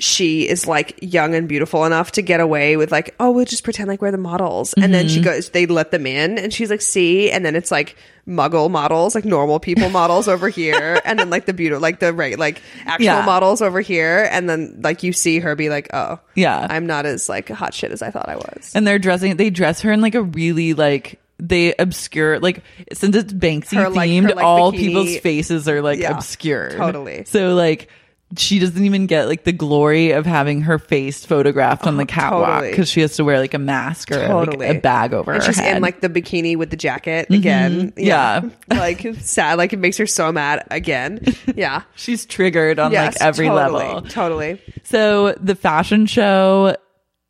she is like young and beautiful enough to get away with like, oh, we'll just pretend like we're the models. And then Mm-hmm. she goes, they let them in and she's like, see, and then it's like muggle models, like normal people models over here. And then like the beautiful, like the right, like actual Yeah. models over here. And then like you see her be like, oh, Yeah. I'm not as like hot shit as I thought I was. and they're dressing. They dress her in like a really like they obscure like since it's Banksy Her, themed, like- her, like, all bikini- people's faces are like Yeah, obscured. totally. So like. She doesn't even get like the glory of having her face photographed on the catwalk because Oh, totally. she has to wear like a mask or like, Totally. a bag over and her she's in head. Mm-hmm. like the bikini with the jacket again. Yeah. like it's sad. Like it makes her so mad again. Yeah. She's triggered on Yes, like every totally, level. Totally. So the fashion show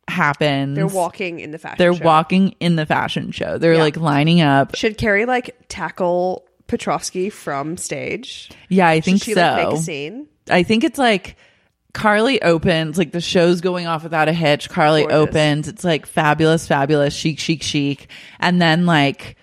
happens. They're walking in the fashion. They're show. walking in the fashion show. They're Yeah. like lining up. Should Carrie like tackle Petrovsky from stage? Yeah, I think Should she so. like make a scene? I think it's like Carly opens, like the show's going off without a hitch. Carly Gorgeous. opens. It's like fabulous, fabulous, chic, chic, chic. And then like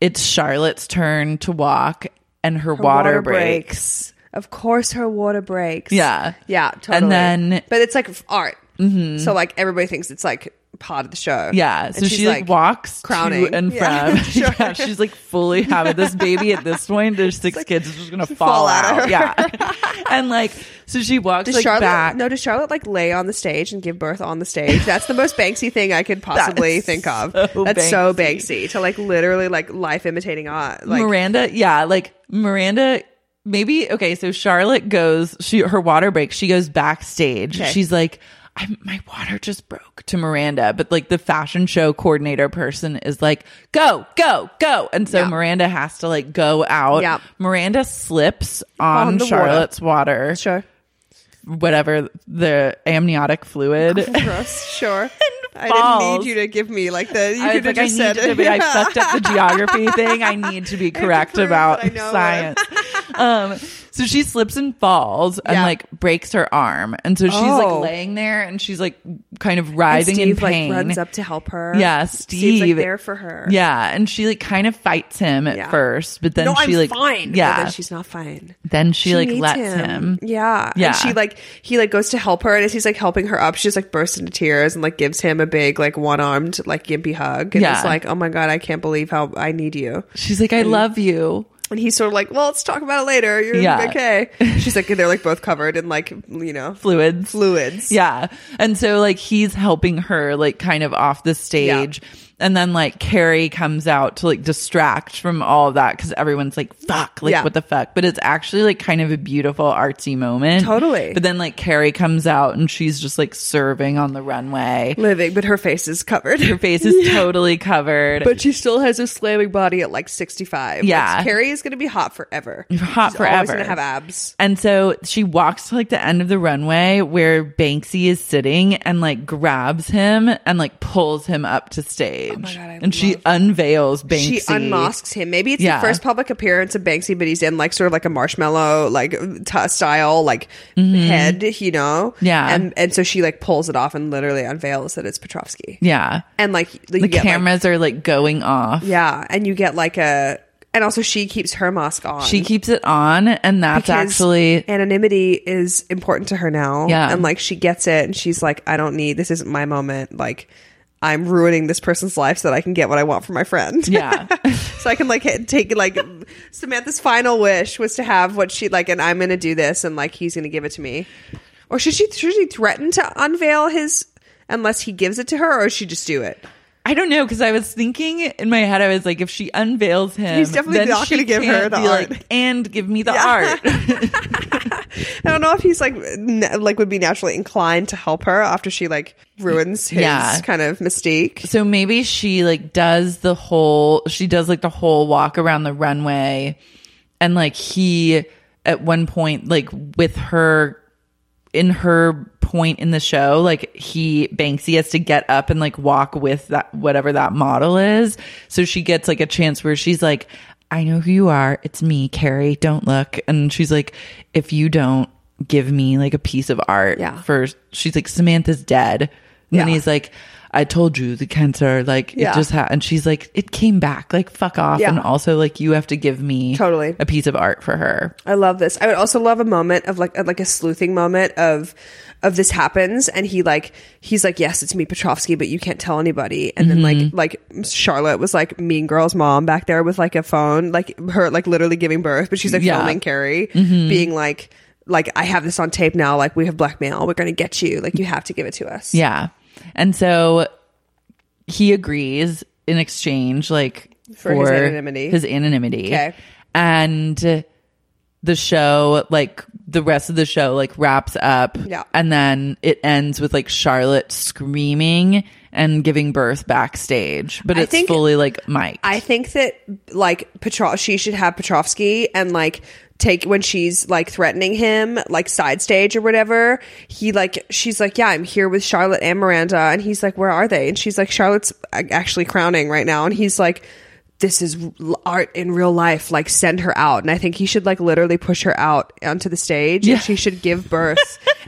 it's Charlotte's turn to walk and her, water, breaks. Of course, her water breaks. Yeah. Yeah. Totally. And then- but it's like f- art. Mm-hmm. So like everybody thinks it's like part of the show. Yeah. So And she like, walks crowning. to and Yeah, from. sure. Yeah, she's like fully having this baby at this point. There's six kids. It's just gonna fall, fall out of out. her. Yeah. and like, so she walks Does like Charlotte back. no? Does Charlotte like lay on the stage and give birth on the stage? That's the most Banksy thing I could possibly is think of. so That's so Banksy to like literally like life imitating art. Like Miranda, yeah, like Miranda. Maybe okay. So Charlotte goes. She her water breaks. She goes backstage. Okay. She's like, I'm, my water just broke to Miranda, but like the fashion show coordinator person is like, go, go, go, and so Yeah. Miranda has to like go out. Yeah. Miranda slips on, On the water. Charlotte's water, sure, whatever the amniotic fluid. gross, sure. I didn't falls. need you to give me like the. You I was could have like, I just need said to it. be, I fucked up the geography thing. I need to be correct prove about that I know it. science. um, so she slips and falls and Yeah. like breaks her arm, and so she's Oh. like laying there and she's like kind of writhing in Steve pain. like runs up to help her. yeah, Steve Steve's like there for her. Yeah, and she like kind of fights him at Yeah. first, but then no, she I'm like fine. Yeah, but then she's not fine. then she, like needs lets him. Yeah. Yeah. And she like he like goes to help her and as he's like helping her up, she just like bursts into tears and like gives him a big like one armed like gimpy hug. And Yeah. it's like, Oh my god, I can't believe how I need you. She's like, I love you. And he's sort of like, Well, let's talk about it later. You're Yeah. okay. She's like they're like both covered in like you know Fluids. fluids. Yeah. And so like he's helping her like kind of off the stage. And then like Carrie comes out to like distract from all of that because everyone's like, fuck, like Yeah. what the fuck. But it's actually like kind of a beautiful artsy moment. Totally. But then like Carrie comes out and she's just like serving on the runway. Living, but her face is covered. Her face is totally covered. But she still has a slamming body at like sixty five. Yeah. Carrie is gonna be hot forever. hot She's Always forever. gonna have abs. And so she walks to like the end of the runway where Banksy is sitting and like grabs him and like pulls him up to stage. stage. Oh God, I and she unveils Banksy. She unmasks him. Maybe it's Yeah. the first public appearance of Banksy, but he's in like sort of like a marshmallow like t- style like head, you know? Mm-hmm. Yeah. and and so she like pulls it off and literally unveils that it's Petrovsky, Yeah. and like you The get, like- cameras are like going off. yeah, and you get like a, and also she keeps her mask on. She keeps it on, and that's because actually anonymity is important to her now. Yeah. and like she gets it, and she's like, I don't need this. Isn't my moment. Like. I'm ruining this person's life so that I can get what I want for my friend. yeah. so I can like hit- take like Samantha's final wish was to have what she like, and I'm gonna do this, and like he's gonna give it to me. Or should she should she threaten to unveil his unless he gives it to her, or should she just do it? I don't know because I was thinking in my head I was like, if she unveils him, He's definitely then not she gonna give her can't the be like, art. and give me the art. I don't know if he's like na- like would be naturally inclined to help her after she like ruins his Yeah. kind of mistake. so maybe she like does the whole she does like the whole walk around the runway, and like he at one point like with her in her point in the show like he banksy has to get up and like walk with that whatever that model is so she gets like a chance where she's like i know who you are it's me carrie don't look and she's like if you don't give me like a piece of art Yeah. for she's like samantha's dead and then Yeah. he's like i told you the cancer like it Yeah. just happened and she's like it came back like fuck off Yeah. and also like you have to give me Totally. a piece of art for her I love this. I would also love a moment of like a, like a sleuthing moment of of this happens and he like he's like yes it's me Petrovsky but you can't tell anybody and then like like Charlotte was like Mean Girls mom back there with like a phone like her like literally giving birth but she's like Yeah. filming Carrie being like like I have this on tape now like we have blackmail we're gonna get you like you have to give it to us Yeah. And so he agrees in exchange, like For his anonymity. his anonymity. Okay. And the show, like the rest of the show, like wraps up. Yeah. And then it ends with like Charlotte screaming and giving birth backstage. But I it's think- fully like Mike. I think that like Petrov, she should have Petrovsky and like take when she's like threatening him, like side stage or whatever. He like she's like, yeah, I'm here with Charlotte and Miranda, and he's like, where are they? And she's like, Charlotte's uh, actually crowning right now, and he's like. This is l- art in real life. Like, send her out, and I think he should like literally push her out onto the stage, and she should give birth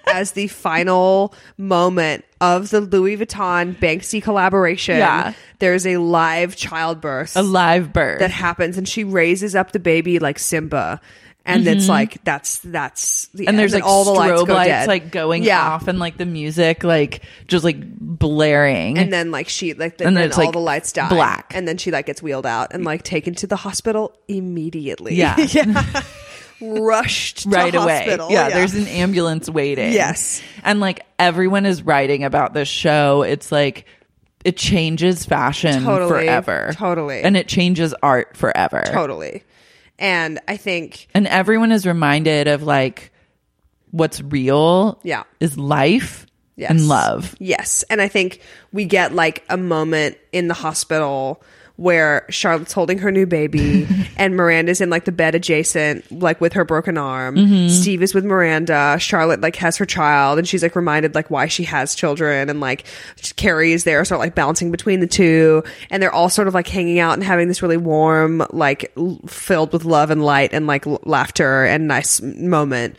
as the final moment of the Louis Vuitton Banksy collaboration Yeah. there's a live childbirth a live birth. that happens and she raises up the baby like Simba and it's like that's that's the Mm-hmm. and end. there's like all the lights, dead. like going off and like the music like just like blaring and then like she like the, And and then then it's, all like, the lights die black. and then she like gets wheeled out and like taken to the hospital immediately Yeah. rushed right to away. hospital. Yeah, there's an ambulance waiting. Yes. And like everyone is writing about this show. It's like it changes fashion Totally, forever. totally. And it changes art forever. totally and I think And everyone is reminded of like what's real Yeah. is life Yes. and love. Yes. And I think we get like a moment in the hospital where Charlotte's holding her new baby and Miranda's in like the bed adjacent, like with her broken arm. Steve is with Miranda. Charlotte like has her child and she's like reminded like why she has children and like Carrie is there, sort of like bouncing between the two. And they're all sort of like hanging out and having this really warm, like l- filled with love and light and like l- laughter and nice moment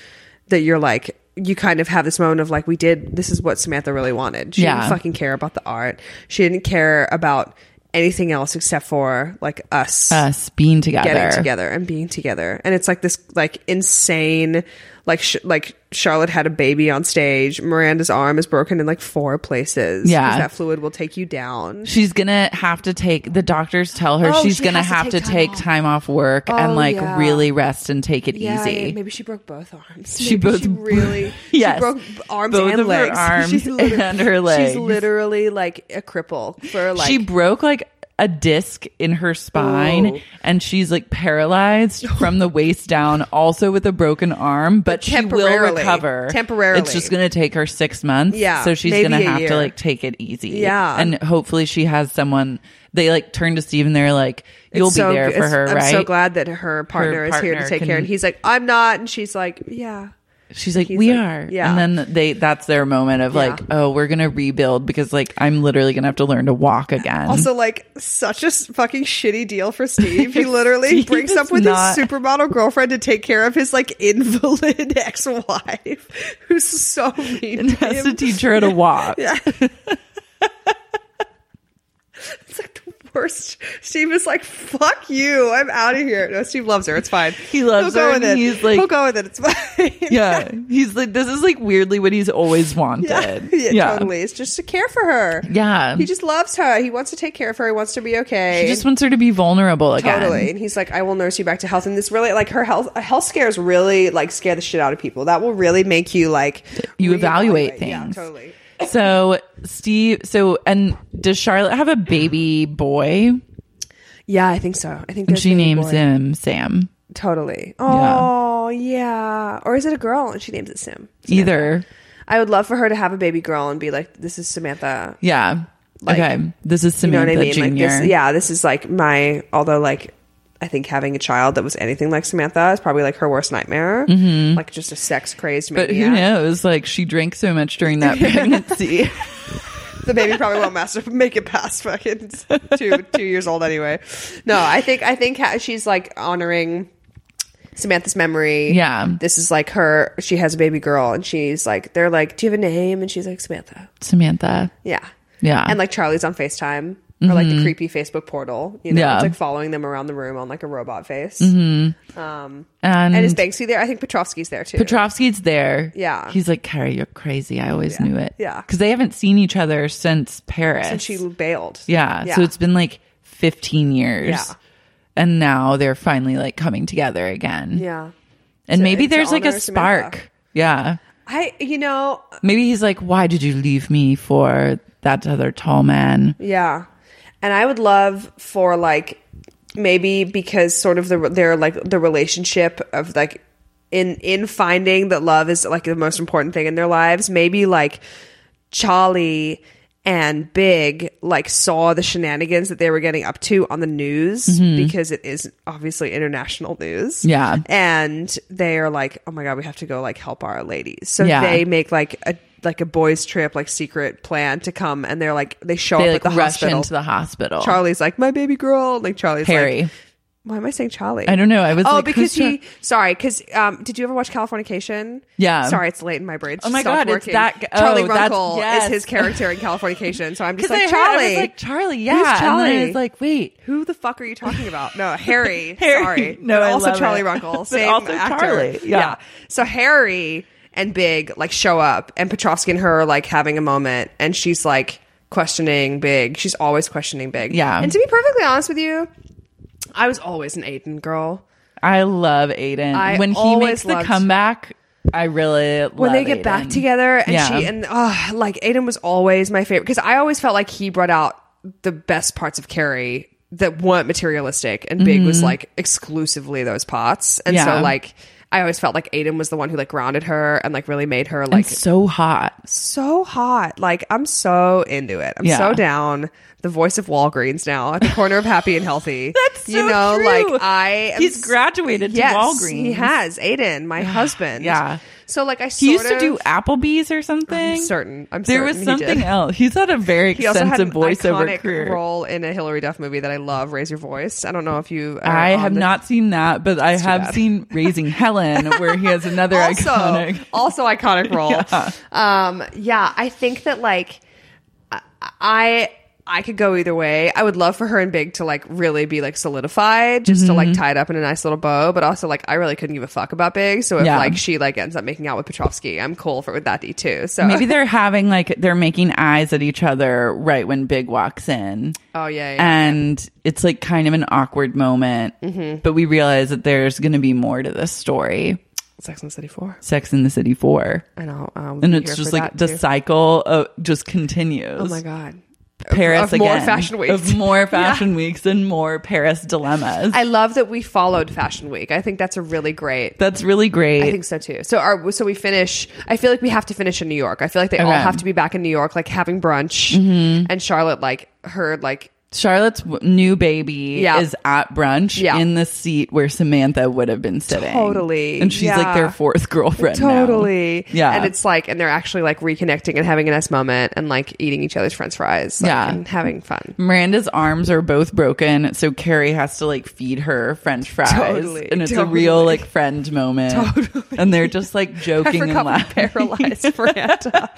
that you're like you kind of have this moment of like we did this is what Samantha really wanted. She Yeah. didn't fucking care about the art. She didn't care about anything else except for like us Us being Uh, together. getting together and being together. And it's like this like insane like sh- like Charlotte had a baby on stage. Miranda's arm is broken in like four places. 'cause Yeah. that fluid will take you down. She's gonna have to take the doctors tell her Oh, she's she gonna has to have to take, take time off. time off work and Oh, like yeah. really rest and take it Yeah, easy. yeah, maybe she broke both arms. She Maybe both- she really Yes. she broke b- arms Both and of her legs. arms she's literally, and her legs. She's literally like a cripple for like Oh. she broke like a disc in her spine Ooh. and she's like paralyzed from the waist down also with a broken arm but she will Temporarily. recover Temporarily. it's just gonna take her six months Yeah, so she's maybe gonna a have to year. like take it easy Yeah. and hopefully she has someone they like turn to steve and they're like you'll It's be so there g- for it's- her I'm right so glad that her partner, is here partner to take can- care. And he's like, I'm not. And she's like, yeah. She's like, He's we like, are. yeah. And then they, that's their moment of like, Yeah. oh, we're going to rebuild because like, I'm literally going to have to learn to walk again. Also, like, such a s- fucking shitty deal for Steve. He literally Steve breaks up is with not- his supermodel girlfriend to take care of his, like, invalid ex wife, who's so mean. and to has him. to teach her how to walk. It's like the worst. Steve is like, fuck you. I'm out of here. No, Steve loves her. It's fine. He loves her and it. he's like- He'll go with it. It's fine. Yeah. He's like, this is like weirdly what he's always wanted. Yeah, yeah, totally. It's just to care for her. Yeah. He just loves her. He wants to take care of her. He wants to be okay. She just wants her to be vulnerable again. Totally. And he's like, I will nurse you back to health. And this really, like, her health health scares really like scare the shit out of people. That will really make you like You evaluate reevaluate. things. Yeah, totally. So Steve, so, and does Charlotte have a baby boy? Yeah, I think so. I And think there's she gonna be names boy. him Sam. Totally. Oh yeah. Or is it a girl and she names it Sim? Either. I would love for her to have a baby girl and be like, "This is Samantha." Yeah. Like, okay. This is You know Samantha what I mean? Jr. Like this, yeah, this is like my. Although, like, I think having a child that was anything like Samantha is probably like her worst nightmare. Like, just a sex crazed But maniac. who knows? Like she drank so much during that pregnancy. the baby probably won't master make it past fucking two two years old anyway. No, I think I think ha- she's like honoring Samantha's memory. Yeah. this is like her. She has a baby girl, and she's like, they're like, "Do you have a name?" And she's like, "Samantha." Samantha. Yeah, Yeah. Mm-hmm. and like Charlie's on Facetime or like the creepy Facebook portal. You know, Yeah. Mm-hmm. it's like following them around the room on like a robot face. Um, and, and is Banksy there? I think Petrovsky's there too. Petrovsky's there. Yeah. He's like, Carrie, you're crazy. I always knew it. Yeah. Because they haven't seen each other since Paris. and she bailed. yeah. So it's been like 15 years. Yeah. And now they're finally like coming together again. yeah. And To- maybe to there's like a honor Samantha. spark. Yeah. I you know Maybe he's like, why did you leave me for that other tall man? Yeah. And I would love for like maybe because sort of the their like the relationship of like in in finding that love is like the most important thing in their lives, maybe like Charlie and Big like saw the shenanigans that they were getting up to on the news because it is obviously international news. Mm-hmm. Yeah. And they are like, "Oh my god, we have to go like help our ladies." So Yeah. they make like a like a boys trip like secret plan to come and they're like they show They up like at the rush hospital. into the hospital. Charlie's like my baby girl. Like Charlie's Harry. like why am I saying Charlie? I don't know. I was Oh, like, because who's he sorry. Because um, did you ever watch Californication? Yeah. Sorry, it's late in my brain. It's Oh my God, stopped it's working. that g- Charlie oh, that's- Runkle yes. is his character in Californication. So I'm Because just I like heard- Charlie. I was like Charlie, yeah. And then I Charlie? was like, wait, Who the fuck are you talking about? No, Harry. Harry. Sorry. No, But I also love Charlie it. Runkle. But Same also actor. Charlie, yeah. So Harry and Big like show up and Petrovsky and her are like having a moment and she's like questioning Big. She's always questioning Big. Yeah. And to be perfectly honest with you, I was always an Aiden girl. I love Aiden. I when he always makes the loved- comeback, I really love when they get back Aiden. together and Yeah. she and uh, like Aiden was always my favorite because I always felt like he brought out the best parts of Carrie that weren't materialistic and Big was like exclusively those parts and Mm-hmm. Yeah. so like I always felt like Aiden was the one who like grounded her and like really made her like so hot. so hot like I'm so into it I'm Yeah. so down the voice of Walgreens now at the corner of happy and healthy That's you so know true. like I am He's s- graduated to Walgreens. he has Aiden my husband Yeah. so like I He used to sort do of- Applebee's or something. I'm certain. I'm there was certain he did. something else. He's had a very He also had extensive an voiceover iconic career. role in a Hillary Duff movie that I love, Raise Your Voice. I don't know if you. are I on have the- not seen that, but I have bad. seen Raising Helen, where he has another Also, iconic. also iconic role. Yeah. Um, yeah, I think that like I- I I could go either way. I would love for her and Big to like really be like solidified, just to Mm-hmm. like tie it up in a nice little bow. But also like I really couldn't give a fuck about Big. So if Yeah. like she like ends up making out with Petrovsky, I'm cool for with that D too. So Maybe they're having like they're making eyes at each other right when Big walks in. oh yeah, yeah. and it's like kind of an awkward moment. Mm-hmm. But we realize that there's going to be more to this story. Sex and the City Four. Sex in the City Four, I know. Um, and it's just like the cycle of, just continues. Oh my god. Paris of more again, fashion weeks. of more fashion weeks, and more Paris dilemmas. I love that we followed Fashion Week. I think that's a really great. That's really great. I think so too. So our so we finish. I feel like we have to finish in New York. I feel like they all Okay. Mm-hmm. have to be back in New York, like having brunch. And Charlotte, like her, like Charlotte's w- new baby Yeah. is at brunch Yeah. in the seat where Samantha would have been sitting. Totally. And she's like their Yeah. fourth girlfriend. now. Totally. Yeah. And it's like, and they're actually like reconnecting and having a nice moment and like eating each other's french fries. like, Yeah. And having fun. Miranda's arms are both broken, so Carrie has to like feed her French fries, Totally, and it's a totally. real like friend moment. And they're just like joking I and forgot we laughing. paralyzed Miranda.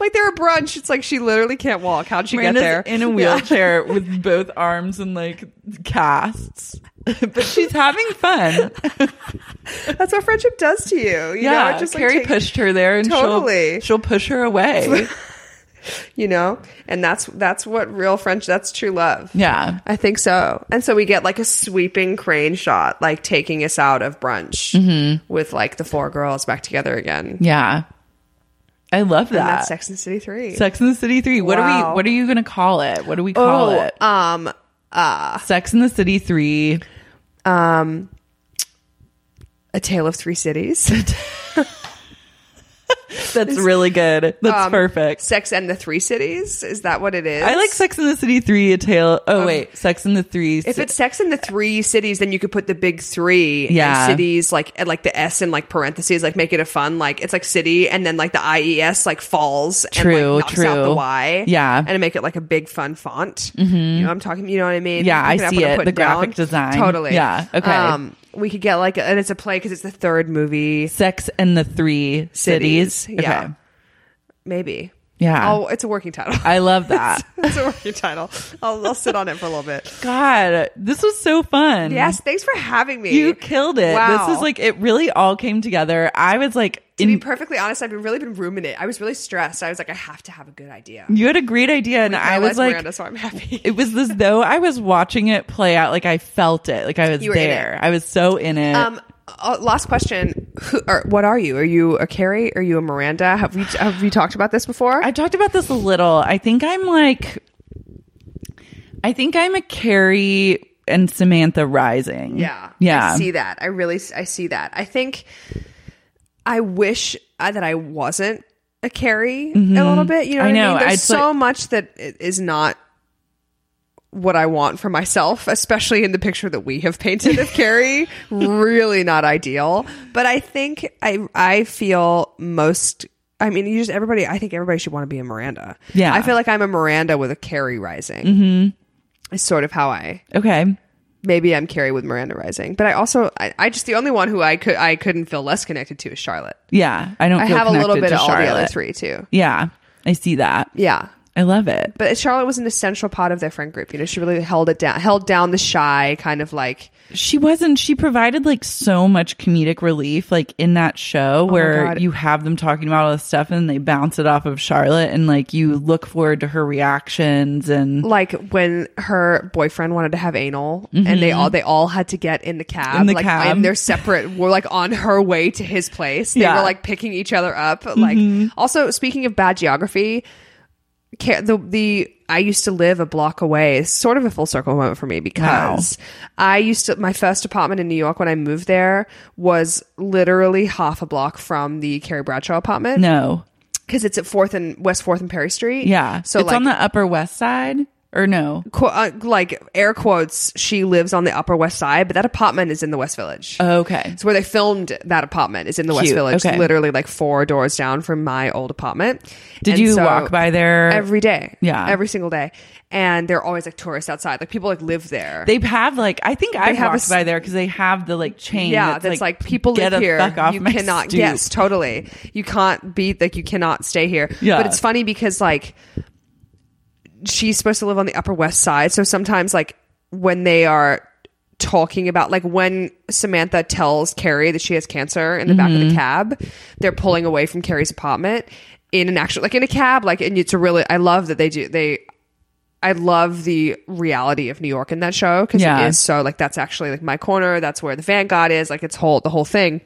like they're a brunch. It's like she literally can't walk. How'd she Miranda's get there? in a wheelchair with both arms and like casts, but she's having fun. That's what friendship does to you. You Yeah, know, it just like, Carrie take- pushed her there, and Totally. she'll she'll push her away. You know, and that's that's what real French. That's true love. yeah, I think so. And so we get like a sweeping crane shot, like taking us out of brunch Mm-hmm. with like the four girls back together again. yeah, I love And that. that's Sex and the City three. Sex in the City three. What are Wow. we? What are you gonna call it? What do we call Oh, it? Um, uh, Sex in the City three. a Tale of Three Cities. That's really good. That's Um, perfect. Sex and the Three Cities. Is that what it is? I like Sex in the City three. A tale. Oh wait, Sex in the Three. Um, If it's Sex and the Three Cities, then you could put the big three and Yeah. cities like and, like the S in like parentheses, like make it a fun like it's like city and then like the I E S like falls and True, like, knocks out true. the Y. Yeah. Mm-hmm. And make it like a big fun font. You know what I'm talking you know what I mean? Yeah, I Pick up see when I'm it. putting The graphic design. Totally. Um, Yeah, okay. we could get like and it's a play because it's the third movie. Sex and the Three Cities. Cities, yeah. Maybe. Yeah. Oh, it's a working title. I love that. it's a working title. I'll, I'll sit on it for a little bit. God, this was so fun. Yes, thanks for having me. You killed it. This Wow. is like it really all came together. I was like To be in perfectly honest, I've been really been ruminating. I was really stressed. I was like, I have to have a good idea. you had a great idea and I was realized like Miranda, so I'm happy. it was as though I was watching it play out like I felt it. Like I was You were in there. I was so in it. um, uh, last question: Who, or, What are you? Are you a Carrie? Are you a Miranda? Have we have we talked about this before? I talked about this a little. I think I'm like, I think I'm a Carrie and Samantha rising. yeah, yeah. I see that. I really s- I see that. I think I wish uh, that I wasn't a Carrie a little bit. You Mm-hmm. know, I what I, know. mean? There's It's so much that i- is not. What I want for myself, especially in the picture that we have painted of Carrie, really not ideal. But I think I I feel most. I mean, you just everybody. I think everybody should want to be a Miranda. Yeah. I feel like I'm a Miranda with a Carrie rising. Mm-hmm. Is sort of how I Okay. maybe I'm Carrie with Miranda Rising, but I also I, I just the only one who I could I couldn't feel less connected to is Charlotte. Yeah. I don't. I feel have a little connected bit to of all the other Charlotte. three too. Yeah. I see that. Yeah, I love it. but Charlotte was an essential part of their friend group. You know, she really held it down, held down the shy kind of like She wasn't. She provided like so much comedic relief, like in that show where Oh God. you have them talking about all this stuff and they bounce it off of Charlotte, and like you look forward to her reactions and like when her boyfriend wanted to have anal, and they all they all had to get in the cab, Mm-hmm. In the like cab. and they're separate. We're like on her way to his place. They Yeah. Mm-hmm. were like picking each other up. Like also speaking of bad geography, ca- the the I used to live a block away is sort of a full circle moment for me because I used to my first apartment in New York when I moved there was literally half a block from the Carrie Bradshaw apartment no, because it's at Fourth and West Fourth and Perry Street. yeah. so it's like, on the Upper West Side or no? qu- uh, like air quotes, she lives on the Upper West Side, but that apartment is in the West Village. Okay. it's where they filmed that apartment is in the West Oh. Cute. Village, Okay. literally like four doors down from my old apartment. Did And you so- walk by there every day? Yeah. every single day. And there are always like tourists outside. Like people like live there. They have like I think I have have a walked s- by there because they have the like chain. yeah, that's like, people get live a here. Fuck off you my cannot. stoop. Yes, totally. You can't be like you cannot stay here. Yeah. but it's funny because like she's supposed to live on the Upper West Side, so sometimes like when they are talking about like when Samantha tells Carrie that she has cancer in the back of Mm-hmm. the cab, they're pulling away from Carrie's apartment in an actual like in a cab like and it's a really I love that they do they I love the reality of New York in that show because Yeah. it is so like that's actually like my corner. That's where the Vanguard is. Like it's whole the whole thing.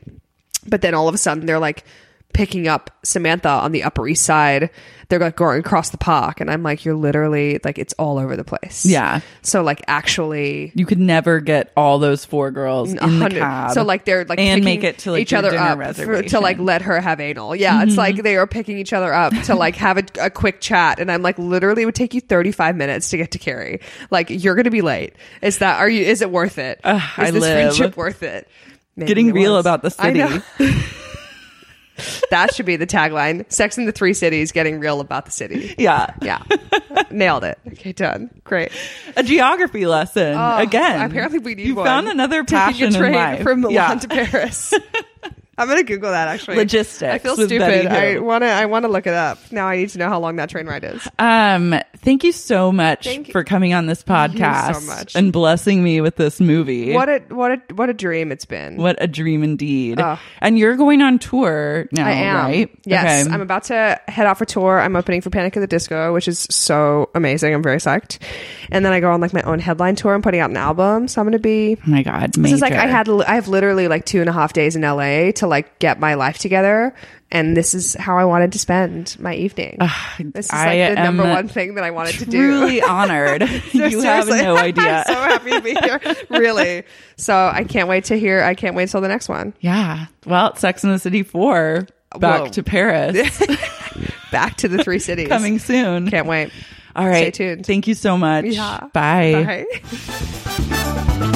But then all of a sudden they're like picking up Samantha on the Upper East Side. They're like going across the park, and I'm like, you're literally like it's all over the place. Yeah. So like actually. You could never get all those four girls in a the hundred- cab. So like they're like and picking make it to like each your other dinner up for, reservation. Mm-hmm. to like let her have anal. Yeah, it's like they are picking each other up to like have a, a quick chat. And I'm like, literally, it would take you 35 minutes to get to Carrie. Like you're gonna be late. Is that are you? Is it worth it? Is I this live. friendship worth it? Maybe Getting it real was. about the I know. city. that should be the tagline: Sex in the Three Cities, getting real about the city. yeah. Yeah, nailed it. Okay, done. Great. A geography lesson Oh, again. Apparently, we need You one. found another Taking passion a train in life. from Milan Yeah. to Paris. I'm gonna Google that actually. Logistics I feel with Betty stupid. I Who. wanna. I wanna look it up now. I need to know how long that train ride is. Um, thank you so much Thank you- for coming on this podcast much. and blessing me with this movie. What a what a what a dream it's been. What a dream indeed. Ugh. And you're going on tour now, I am. right? Yes, I'm about to head out for tour. I'm opening for Panic at the Disco, which is so amazing. I'm very psyched. And then I go on like my own headline tour. I'm putting out an album, so I'm gonna be oh my God. Major. This is like I had I have literally like two and a half days in LA to like get my life together, and this is how I wanted to spend my evening. this is I like the number am one thing that I wanted to do. Truly honored. No, you have seriously. no idea. I'm so happy to be here, really. So I can't wait to hear. I can't wait till the next one. yeah. Well, it's Sex and the City 4 back Whoa. to Paris Back to the three cities coming soon. Can't wait. All right. Stay tuned. Thank you so much. Yeah. Bye. Bye.